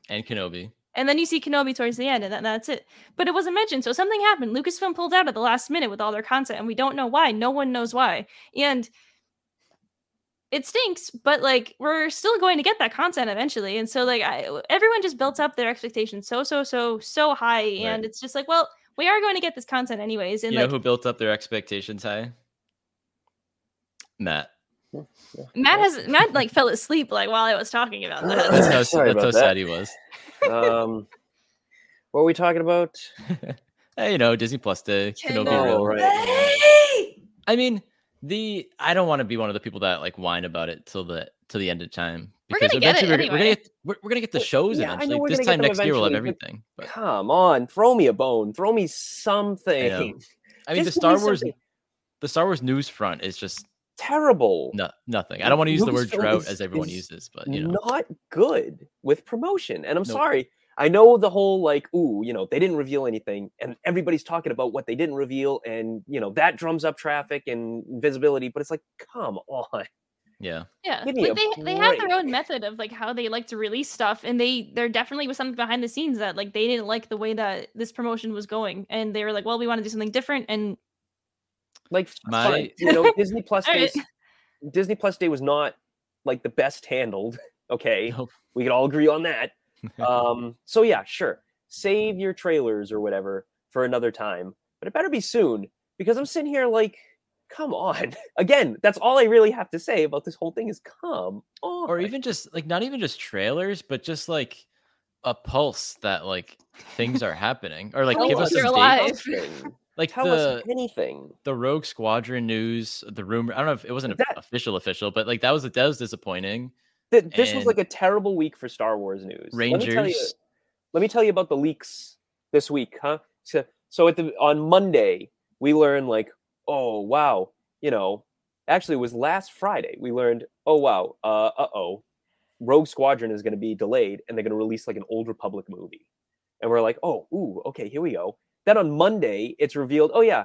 Speaker 1: and Kenobi.
Speaker 3: And then you see Kenobi towards the end, and that, that's it. But it wasn't mentioned. So something happened. Lucasfilm pulled out at the last minute with all their content, and we don't know why. No one knows why. And it stinks, but like we're still going to get that content eventually. And so, like, I, everyone just built up their expectations so, so, so, so high. And it's just like, well, we are going to get this content anyways. And
Speaker 1: You
Speaker 3: like,
Speaker 1: know who built up their expectations high?
Speaker 2: <coughs>
Speaker 1: Matt.
Speaker 3: Matt has Matt like fell asleep like while I was talking
Speaker 1: <laughs>
Speaker 3: about
Speaker 1: That's
Speaker 3: that. <laughs>
Speaker 1: how, that's
Speaker 2: Sorry about
Speaker 1: how
Speaker 2: that.
Speaker 1: sad he was.
Speaker 2: that. um what were we talking about
Speaker 1: <laughs> Hey, you know, Disney Plus Day, Kenobi.
Speaker 2: No,
Speaker 1: Row.
Speaker 2: right.
Speaker 1: I mean, the I don't want to be one of the people that like whine about it till the till the end of time.
Speaker 3: We're gonna get it
Speaker 1: eventually we're, we're gonna
Speaker 3: anyway.
Speaker 1: get we're, we're gonna get the shows
Speaker 2: yeah, I know
Speaker 1: eventually.
Speaker 2: we're
Speaker 1: This
Speaker 2: gonna get
Speaker 1: time
Speaker 2: them
Speaker 1: next year we'll have
Speaker 2: eventually, but-
Speaker 1: everything. But
Speaker 2: come on throw me a bone throw me something
Speaker 1: I mean, the
Speaker 2: Just give
Speaker 1: Star
Speaker 2: me
Speaker 1: Wars
Speaker 2: something.
Speaker 1: the Star Wars news front is just
Speaker 2: Terrible.
Speaker 1: no, nothing. I don't want to use the word
Speaker 2: Lucasfilm
Speaker 1: drought
Speaker 2: is-
Speaker 1: as everyone
Speaker 2: is
Speaker 1: uses, but you know,
Speaker 2: not good with promotion. And I'm
Speaker 1: Nope.
Speaker 2: sorry. I know the whole like, ooh, you know, they didn't reveal anything, and everybody's talking about what they didn't reveal, and you know that drums up traffic and visibility. But it's like, come <laughs> on,
Speaker 1: yeah,
Speaker 3: Yeah,
Speaker 2: Give me
Speaker 3: like
Speaker 2: a
Speaker 3: they they have their
Speaker 2: break.
Speaker 3: own method of like how they like to release stuff, and they there definitely was something behind the scenes that like they didn't like the way that this promotion was going, and they were like, well, we want to do something different, and
Speaker 2: like,
Speaker 1: My-
Speaker 2: fine, you know,
Speaker 1: <laughs>
Speaker 2: Disney Plus
Speaker 3: All
Speaker 2: Day,
Speaker 3: right.
Speaker 2: Disney Plus Day was not like the best handled. <laughs> Okay,
Speaker 1: Nope.
Speaker 2: we could all agree
Speaker 1: <laughs>
Speaker 2: on that. um, so yeah, sure, save your trailers or whatever for another time, but it better be soon because I'm sitting here like, come on. <laughs> Again, that's all I really have to say about this whole thing is come on.
Speaker 1: or even just like not even just trailers, but just like a pulse that like things are happening, or like
Speaker 3: Tell
Speaker 1: give
Speaker 3: us
Speaker 1: us
Speaker 3: you're
Speaker 1: some
Speaker 3: alive.
Speaker 1: date.
Speaker 2: Something.
Speaker 1: Like
Speaker 2: Tell
Speaker 1: the
Speaker 2: us anything.
Speaker 1: the Rogue Squadron news, the rumor. I don't know if it wasn't
Speaker 2: That-
Speaker 1: official official, but like that was that was disappointing.
Speaker 2: Th- this was
Speaker 1: And-
Speaker 2: like a terrible week for Star Wars news. Let me tell you,
Speaker 1: Rangers,
Speaker 2: let me tell you about the leaks this week, huh? So, so at the on Monday, we learned like, oh wow, you know, actually it was last Friday we learned, oh wow, uh oh, Rogue Squadron is going to be delayed and they're going to release like an Old Republic movie, and we're like, oh ooh, okay, here we go. Then on Monday, it's revealed, oh yeah,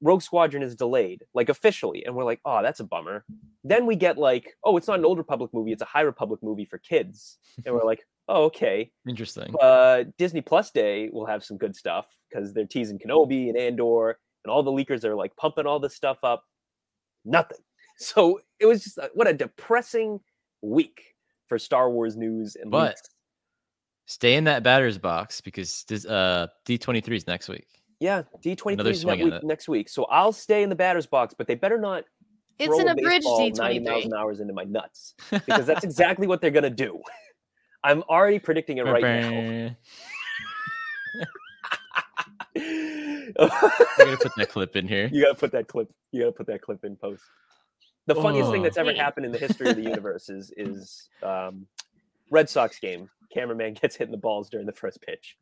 Speaker 2: Rogue Squadron is delayed, like officially, and we're like, oh, that's a bummer. Then we get like, oh, it's not an Old Republic movie, it's a High Republic movie for kids, and we're like, oh okay
Speaker 1: interesting.
Speaker 2: uh, Disney Plus Day will have some good stuff because they're teasing Kenobi and Andor, and all the leakers are like pumping all this stuff up. Nothing. <laughs> So it was just like, what a depressing week for Star Wars news and
Speaker 1: But-
Speaker 2: leaks.
Speaker 1: Stay in that batter's box because this, uh D23 is next week.
Speaker 2: Yeah, D twenty
Speaker 1: Another
Speaker 2: three is
Speaker 1: swing
Speaker 2: next
Speaker 1: at
Speaker 2: week,
Speaker 1: it.
Speaker 2: next week. So I'll stay in the batter's box, but they better not.
Speaker 3: it's
Speaker 2: throw
Speaker 3: an
Speaker 2: a
Speaker 3: abridged
Speaker 2: baseball
Speaker 3: D
Speaker 2: 90
Speaker 3: twenty
Speaker 2: miles
Speaker 3: three.
Speaker 2: an hour into my nuts because
Speaker 1: <laughs>
Speaker 2: that's exactly what they're gonna do. <laughs> I'm already predicting it right now. <laughs>
Speaker 1: I'm gonna put that clip in here.
Speaker 2: You gotta put that clip. You gotta put that clip in post. The funniest thing
Speaker 1: Oh.
Speaker 2: that's ever
Speaker 3: Hey.
Speaker 2: happened in the history of the universe is is um, Red Sox game. Cameraman gets hit in the balls during the first pitch.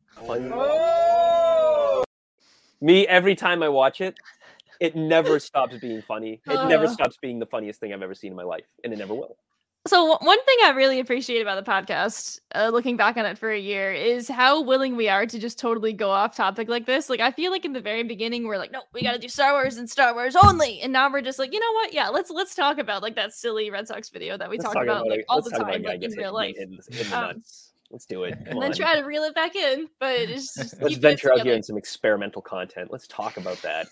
Speaker 2: Me every time I watch it, it
Speaker 3: <laughs>
Speaker 2: never stops being funny. It never
Speaker 3: Oh.
Speaker 2: stops being the funniest thing I've ever seen in my life, and it never will.
Speaker 3: So w- one thing I really appreciate about the podcast, uh, looking back on it for a year, is how willing we are to just totally go off topic like this. Like I feel like in the very beginning we're like, no, we got to do Star Wars and Star Wars only, and now we're just like, you know what? Yeah, let's let's talk about like that silly Red Sox video that we
Speaker 2: Let's
Speaker 3: talk,
Speaker 2: talk
Speaker 3: about,
Speaker 2: a-
Speaker 3: like all
Speaker 2: let's
Speaker 3: the
Speaker 2: talk about a
Speaker 3: time,
Speaker 2: guy
Speaker 3: like in
Speaker 2: gets hit
Speaker 3: real
Speaker 2: being
Speaker 3: life,
Speaker 2: hit in the- in the
Speaker 3: Um,
Speaker 2: nuts. Let's do it. Come
Speaker 3: and then
Speaker 2: on.
Speaker 3: try to reel it back in. But
Speaker 2: <laughs>
Speaker 3: it's just
Speaker 2: Let's
Speaker 3: keeping it
Speaker 2: venture out here
Speaker 3: together. <laughs>
Speaker 2: in some experimental content. Let's talk about that.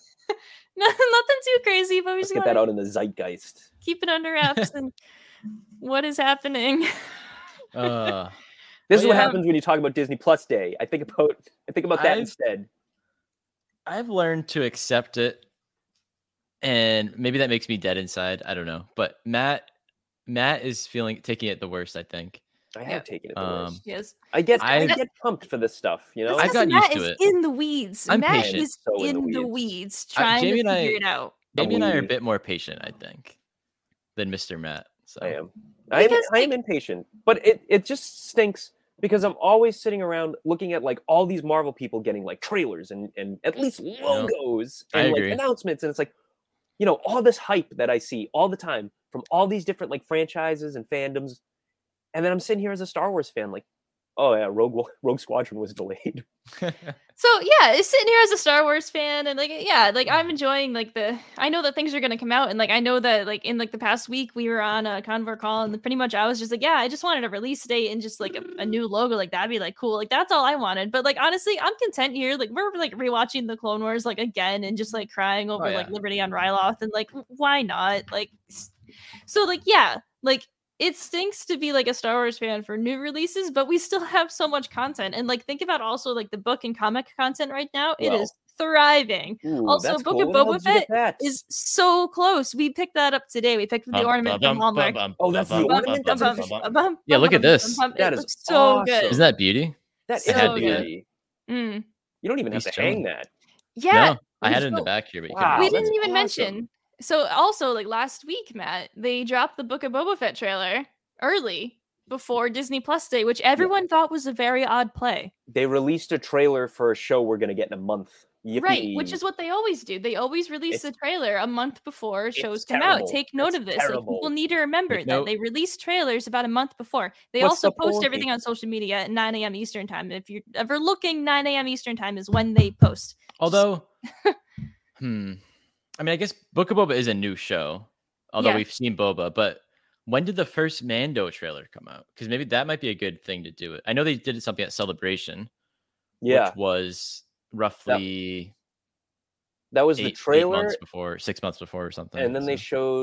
Speaker 3: No- nothing too crazy, but we
Speaker 2: Let's
Speaker 3: just
Speaker 2: get
Speaker 3: gotta
Speaker 2: that out in the zeitgeist.
Speaker 3: keep it under wraps and what is happening. <laughs>
Speaker 1: Uh, But
Speaker 2: This is what
Speaker 1: yeah.
Speaker 2: happens when you talk about Disney Plus Day. I think about I think about that
Speaker 1: I've-
Speaker 2: instead.
Speaker 1: I've learned to accept it, and maybe that makes me dead inside. I don't know, but Matt, Matt is feeling taking it the worst. I think.
Speaker 2: I
Speaker 3: Yeah.
Speaker 2: have taken it the
Speaker 1: Um,
Speaker 2: worst.
Speaker 3: yes.
Speaker 2: I get I,
Speaker 1: I've-
Speaker 2: get pumped for this stuff, you know.
Speaker 1: I've
Speaker 3: Because
Speaker 1: gotten used
Speaker 3: Matt
Speaker 1: to
Speaker 3: is
Speaker 1: it.
Speaker 3: in the weeds.
Speaker 1: I'm
Speaker 3: Matt
Speaker 1: patient.
Speaker 3: is
Speaker 2: So
Speaker 3: in, the weeds,
Speaker 1: I-
Speaker 3: trying
Speaker 1: Jamie
Speaker 3: to
Speaker 1: and
Speaker 3: figure
Speaker 1: I-
Speaker 3: it out.
Speaker 1: Maybe and I are a
Speaker 2: weed.
Speaker 1: bit more patient. I think than Mr. Matt. So
Speaker 2: I am. I am,
Speaker 3: Because,
Speaker 2: I am
Speaker 3: like-
Speaker 2: impatient, but it, it just stinks because I'm always sitting around looking at like all these Marvel people getting like trailers and and at least logos
Speaker 1: I
Speaker 2: and like
Speaker 1: agree.
Speaker 2: announcements, and it's like, you know, all this hype that I see all the time from all these different like franchises and fandoms, and then I'm sitting here as a Star Wars fan, like, oh yeah, Rogue Wa- Rogue Squadron was delayed.
Speaker 1: <laughs>
Speaker 3: So yeah, it's sitting here as a Star Wars fan, and like yeah, like I'm enjoying like the. I know that things are gonna come out, and like I know that like in like the past week we were on a Convert call, and pretty much I was just like, yeah, I just wanted a release date and just like a, a new logo, like that'd be like cool, like that's all I wanted. But like honestly, I'm content here. Like we're like rewatching the Clone Wars like again, and just like crying over like
Speaker 1: yeah.
Speaker 3: Liberty on Ryloth, and like why not? Like s- so like yeah, like it stinks to be like a Star Wars fan for new releases, but we still have so much content. And like think about also like the book and comic content right now. It is
Speaker 2: Well.
Speaker 3: thriving.
Speaker 2: Ooh,
Speaker 3: Also,
Speaker 2: that's
Speaker 3: Book
Speaker 2: cool.
Speaker 3: of
Speaker 2: Where the hell
Speaker 3: Boba
Speaker 2: did you get
Speaker 3: Fett
Speaker 2: that?
Speaker 3: Is so close. We picked that up today. We picked up the ornament from Hallmark.
Speaker 2: Oh, that's the
Speaker 3: Bum,
Speaker 2: ornament?
Speaker 3: bum,
Speaker 2: That's
Speaker 3: bum,
Speaker 2: awesome.
Speaker 3: bum, bum,
Speaker 1: Yeah, look at
Speaker 3: bum, bum,
Speaker 1: this.
Speaker 3: bum.
Speaker 2: That
Speaker 3: It
Speaker 2: is
Speaker 3: looks so
Speaker 1: Isn't
Speaker 3: good.
Speaker 2: awesome.
Speaker 1: that beauty?
Speaker 2: That is
Speaker 3: I had to get it.
Speaker 2: pretty.
Speaker 3: Mm.
Speaker 2: You don't even have
Speaker 1: He's
Speaker 2: to hang
Speaker 1: chilling.
Speaker 2: that.
Speaker 3: Yeah,
Speaker 1: No, I had it in the
Speaker 3: so-
Speaker 1: back here, but you
Speaker 2: Wow,
Speaker 1: couldn't
Speaker 3: we
Speaker 1: see it.
Speaker 2: that's
Speaker 3: <laughs> didn't even
Speaker 2: awesome.
Speaker 3: mention. So also like last week, Matt, they dropped the Book of Boba Fett trailer early. before Disney Plus Day, which everyone thought was a very odd play.
Speaker 2: They released a trailer for a show we're going to get in a month.
Speaker 3: Right,
Speaker 2: Yippee.
Speaker 3: which is what they always do. They always release
Speaker 2: It's-
Speaker 3: a trailer a month before shows come out.
Speaker 2: terrible.
Speaker 3: Take note
Speaker 2: It's
Speaker 3: of this. Like,
Speaker 2: terrible.
Speaker 3: people need to remember
Speaker 1: Make
Speaker 3: that
Speaker 1: note.
Speaker 3: they release trailers about a month before. They
Speaker 2: What's
Speaker 3: also
Speaker 2: the
Speaker 3: post
Speaker 2: point?
Speaker 3: everything on social media at 9 a.m. Eastern time. If you're ever looking, 9 a.m. Eastern time is when they post.
Speaker 1: Although, <laughs> hmm, I mean, I guess Book of Boba is a new show, although
Speaker 3: Yeah.
Speaker 1: we've seen Boba. But when did the first Mando trailer come out? Because maybe that might be a good thing to do. It. I know they did something at Celebration,
Speaker 2: yeah,
Speaker 1: which was roughly
Speaker 2: that was
Speaker 1: eight,
Speaker 2: the
Speaker 1: eight
Speaker 2: trailer,
Speaker 1: months before, six months before, or something.
Speaker 2: and then they
Speaker 1: so-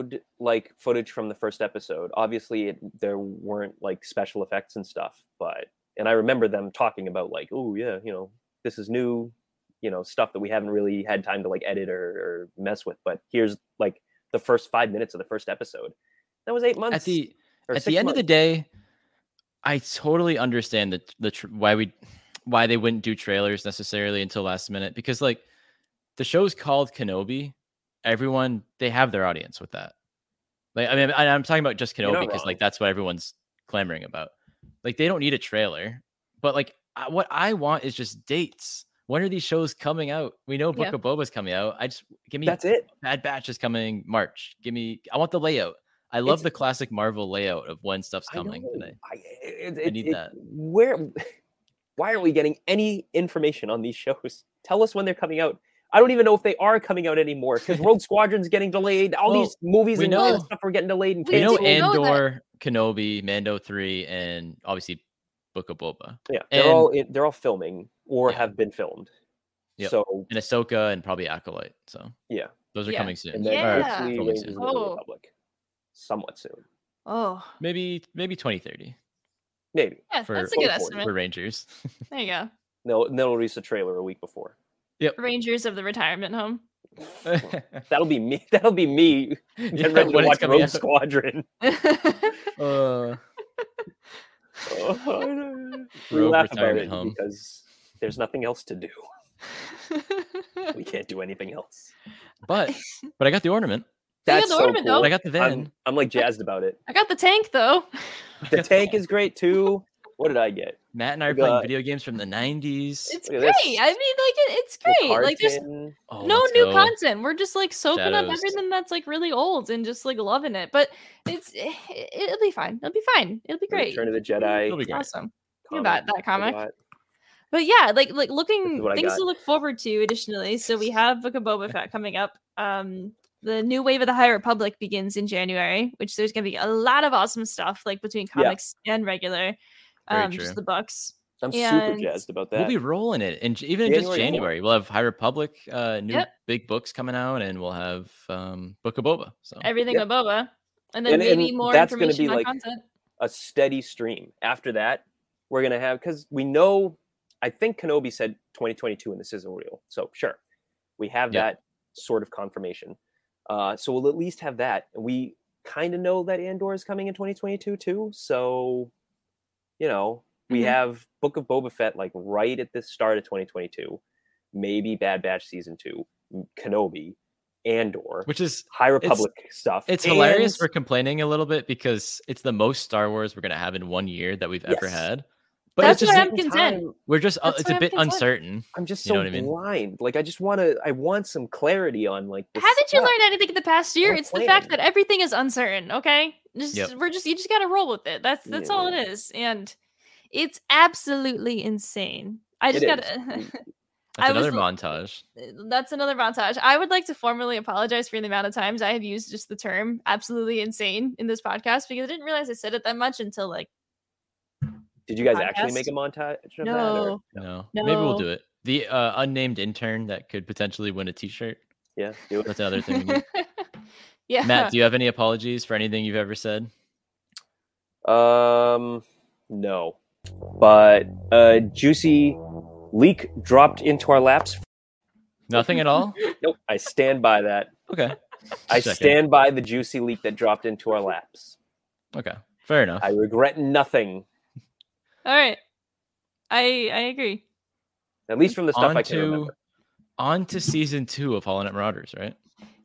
Speaker 2: showed like footage from the first episode. Obviously, it, there weren't like special effects and stuff, but and I remember them talking about like, oh yeah, you know, this is new, you know, stuff that we haven't really had time to like edit or, or mess with. But here's like the first five minutes of the first episode. That was eight months.
Speaker 1: at the
Speaker 2: or
Speaker 1: at
Speaker 2: six
Speaker 1: the end of the
Speaker 2: months.
Speaker 1: day, I totally understand the the tr- why we why they wouldn't do trailers necessarily until last minute because like the show's called Kenobi, everyone they have their audience with that. Like I mean, I, I'm talking about just
Speaker 2: You're not
Speaker 1: Kenobi because
Speaker 2: wrong.
Speaker 1: like that's what everyone's clamoring about. Like they don't need a trailer, but like I, what I want is just dates. When are these shows coming out? We know Book
Speaker 3: Yeah.
Speaker 1: of Boba's coming out. I just give me
Speaker 2: that's it.
Speaker 1: Bad Batch is coming March. Give me. I want the layout. I love
Speaker 2: It's-
Speaker 1: the classic Marvel layout of when stuff's
Speaker 2: I
Speaker 1: coming
Speaker 2: know.
Speaker 1: today.
Speaker 2: I, eh, it, it-
Speaker 1: need
Speaker 2: it-
Speaker 1: that.
Speaker 2: Where? Why aren't we getting any information on these shows? Tell us when they're coming out. I don't even know if they are coming out anymore
Speaker 1: <laughs>
Speaker 2: because Rogue Squadron's getting delayed. All
Speaker 1: Well,
Speaker 2: these movies
Speaker 1: we
Speaker 2: and
Speaker 1: know-
Speaker 2: stuff are getting delayed. And
Speaker 3: We
Speaker 1: We know
Speaker 2: canceled.
Speaker 3: didn't know that.
Speaker 1: Andor, Kenobi, Mando three, and obviously Book of Boba
Speaker 2: yeah, they're
Speaker 1: and-
Speaker 2: all in, they're all filming or
Speaker 1: Yeah.
Speaker 2: have been filmed.
Speaker 1: Yep.
Speaker 2: So
Speaker 1: and Ahsoka and probably Acolyte. So
Speaker 2: Yeah.
Speaker 1: those are
Speaker 3: Yeah.
Speaker 1: coming soon.
Speaker 2: and then
Speaker 3: Yeah.
Speaker 2: hopefully
Speaker 1: Filming
Speaker 2: Rangers
Speaker 1: soon.
Speaker 2: of the New
Speaker 3: Oh.
Speaker 2: Republic, somewhat soon,
Speaker 3: Oh,
Speaker 1: Maybe maybe twenty thirty
Speaker 2: maybe.
Speaker 3: yeah,
Speaker 1: For-
Speaker 3: that's a good
Speaker 2: for-
Speaker 3: estimate.
Speaker 1: for Rangers. <laughs>
Speaker 3: There you go.
Speaker 2: They'll they'll release a trailer a week before.
Speaker 3: Rangers of the retirement home. <laughs>
Speaker 1: Yeah,
Speaker 2: That'll be me. That'll
Speaker 1: <laughs>
Speaker 2: be me. Getting ready to
Speaker 1: when it's
Speaker 2: watch
Speaker 1: coming
Speaker 2: Rogue
Speaker 1: out.
Speaker 2: Squadron.
Speaker 1: Uh,
Speaker 2: <laughs> we
Speaker 1: Rogue
Speaker 2: laugh about
Speaker 1: retirement
Speaker 2: it
Speaker 1: home.
Speaker 2: because there's nothing else to do. <laughs> We can't do anything else.
Speaker 3: <laughs>
Speaker 1: but but I got the ornament.
Speaker 3: That's the
Speaker 2: so
Speaker 3: ornament, though.
Speaker 1: I got the
Speaker 2: I'm,
Speaker 1: van.
Speaker 2: I'm like jazzed about it.
Speaker 3: I got the tank though.
Speaker 2: The tank is great too. What did I get?
Speaker 1: Matt and I
Speaker 2: I
Speaker 1: are playing
Speaker 2: got-
Speaker 1: video games from the nineties.
Speaker 3: It's
Speaker 2: Look
Speaker 3: great.
Speaker 2: at this.
Speaker 3: I mean, like it, it's
Speaker 2: The
Speaker 3: great. Like there's
Speaker 2: Carton.
Speaker 1: Oh,
Speaker 3: no
Speaker 1: let's
Speaker 3: new
Speaker 1: go.
Speaker 3: content. We're just like soaking up
Speaker 1: Shadows.
Speaker 3: everything that's like really old and just like loving it. But it's it, it'll be fine. It'll be fine. It'll be great.
Speaker 2: Return of the
Speaker 1: It'll
Speaker 2: Jedi.
Speaker 1: be
Speaker 3: It's
Speaker 1: great.
Speaker 3: awesome. Think about that
Speaker 2: I
Speaker 3: comic.
Speaker 2: got-
Speaker 3: But yeah, like like
Speaker 2: This
Speaker 3: looking
Speaker 2: is what I
Speaker 3: things
Speaker 2: got.
Speaker 3: to look forward to additionally. So we have Book of Boba Fett coming up. Um the new wave of the High Republic begins in January, which there's gonna be a lot of awesome stuff like between
Speaker 2: Yeah.
Speaker 3: comics and regular.
Speaker 1: Very
Speaker 3: Um just
Speaker 1: true.
Speaker 3: the books.
Speaker 2: I'm
Speaker 3: And
Speaker 2: super jazzed about
Speaker 1: We'll
Speaker 2: that.
Speaker 1: be rolling it, and j- even in just
Speaker 2: January fourth.
Speaker 1: January, we'll have High Republic, uh, new
Speaker 3: Yep.
Speaker 1: big books coming out, and we'll have um, Book of Boba. So
Speaker 3: Everything
Speaker 2: Yep.
Speaker 3: with Boba. And then
Speaker 2: And-
Speaker 3: maybe
Speaker 2: and
Speaker 3: more
Speaker 2: that's gonna
Speaker 3: information
Speaker 2: be,
Speaker 3: on
Speaker 2: like,
Speaker 3: content.
Speaker 2: a steady stream. After that, we're gonna have because we know. I think Kenobi said 2022, and this isn't real. So sure, we have
Speaker 1: Yeah.
Speaker 2: that sort of confirmation. Uh, so we'll at least have that. We kind of know that Andor is coming in 2022 too. So you know, we
Speaker 1: Mm-hmm.
Speaker 3: Mhm.
Speaker 2: have Book of Boba Fett like right at the start of 2022. Maybe Bad Batch season two, m- Kenobi, Andor,
Speaker 1: which is
Speaker 2: High Republic stuff.
Speaker 1: it's hilarious.
Speaker 2: and-
Speaker 1: We're complaining a little bit because it's the most Star Wars we're gonna have in one year that we've ever
Speaker 2: Yes.
Speaker 1: had. But
Speaker 3: That's
Speaker 1: it's
Speaker 3: what
Speaker 1: just
Speaker 3: I'm content.
Speaker 1: we're just uh,
Speaker 3: that's
Speaker 1: it's
Speaker 3: what
Speaker 1: a
Speaker 3: I'm
Speaker 1: bit
Speaker 3: concerned.
Speaker 1: uncertain.
Speaker 2: I'm just
Speaker 1: You
Speaker 2: so
Speaker 1: know what I mean?
Speaker 2: blind. Like I just want to. I want some clarity on like. this
Speaker 3: Haven't you
Speaker 2: stuff.
Speaker 3: learned anything in the past year?
Speaker 2: Or
Speaker 3: It's the fact
Speaker 2: plan.
Speaker 3: that everything is uncertain. Okay, just
Speaker 1: Yep.
Speaker 3: we're just you just gotta roll with it. That's that's all it is, and it's absolutely insane. I just
Speaker 2: It
Speaker 3: gotta. <laughs>
Speaker 2: is.
Speaker 1: That's
Speaker 3: I was
Speaker 1: another
Speaker 3: l-
Speaker 1: montage.
Speaker 3: that's another montage. I would like to formally apologize for the amount of times I have used just the term "absolutely insane" in this podcast because I didn't realize I said it that much until like
Speaker 2: Did you guys actually
Speaker 3: podcast?
Speaker 2: make a montage of that? or-
Speaker 3: no.
Speaker 1: No. maybe we'll
Speaker 3: No.
Speaker 1: do it. The uh, unnamed intern that could potentially win a T-shirt.
Speaker 2: Yeah. do it.
Speaker 1: That's another thing. we need.
Speaker 3: <laughs> yeah,
Speaker 1: Matt, do you have any apologies for anything you've ever said?
Speaker 2: Um, no. But uh, juicy leak dropped into our laps.
Speaker 1: Nothing at all.
Speaker 2: Nope. I stand by that.
Speaker 1: Okay.
Speaker 2: I
Speaker 1: Just checking.
Speaker 2: stand by the juicy leak that dropped into
Speaker 1: <laughs>
Speaker 2: our laps.
Speaker 1: Okay. Fair enough.
Speaker 2: I regret nothing,
Speaker 3: all right. I I agree.
Speaker 2: at least from the stuff
Speaker 1: on
Speaker 2: I can
Speaker 1: to
Speaker 2: remember.
Speaker 1: on to season two of Hollow Knight Marauders, right?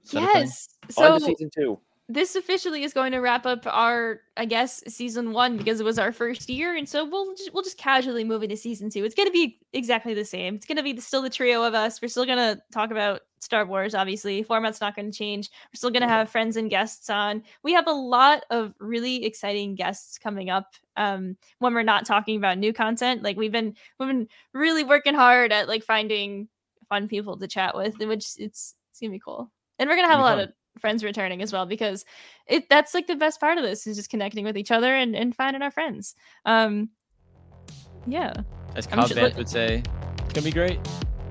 Speaker 1: Is that a thing? Oh,
Speaker 3: Yes.
Speaker 2: on
Speaker 3: So
Speaker 2: to season two.
Speaker 3: this officially is going to wrap up our, I guess, season one because it was our first year, and so we'll just, we'll just casually move into season two. It's going to be exactly the same. It's going to be the, still the trio of us. We're still going to talk about Star Wars. Obviously, format's not going to change. We're still going to have friends and guests on. We have a lot of really exciting guests coming up. Um, when we're not talking about new content, like we've been we've been really working hard at like finding fun people to chat with, which it's it's gonna be cool. And we're gonna have a
Speaker 1: It'll be
Speaker 3: lot of friends returning as well because it that's like the best part of this is just connecting with each other and, and finding our friends. Um yeah,
Speaker 1: As
Speaker 3: I'm
Speaker 1: Cobb
Speaker 3: sure-
Speaker 1: Vance would say, it's gonna be great.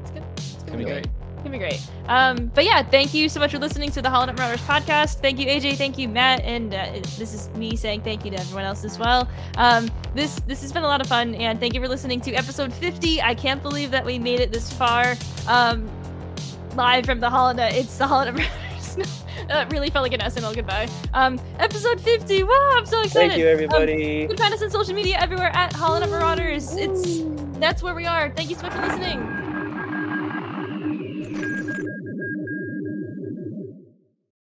Speaker 3: it's gonna,
Speaker 1: It's gonna be great.
Speaker 3: it's gonna be great. Um but yeah, thank you so much for listening to the Holiday Robbers podcast. Thank you AJ, thank you Matt, and uh, this is me saying thank you to everyone else as well. Um this this has been a lot of fun and thank you for listening to episode 50. I can't believe that we made it this far. Um live from the holiday. It's the holiday. <laughs> that really felt like an SNL goodbye. Um, episode 50. Wow, I'm so excited.
Speaker 2: Thank you, everybody.
Speaker 3: Um, you can find us on social media everywhere at Holiday Marauders. It's that's where we are. Thank you so much for listening.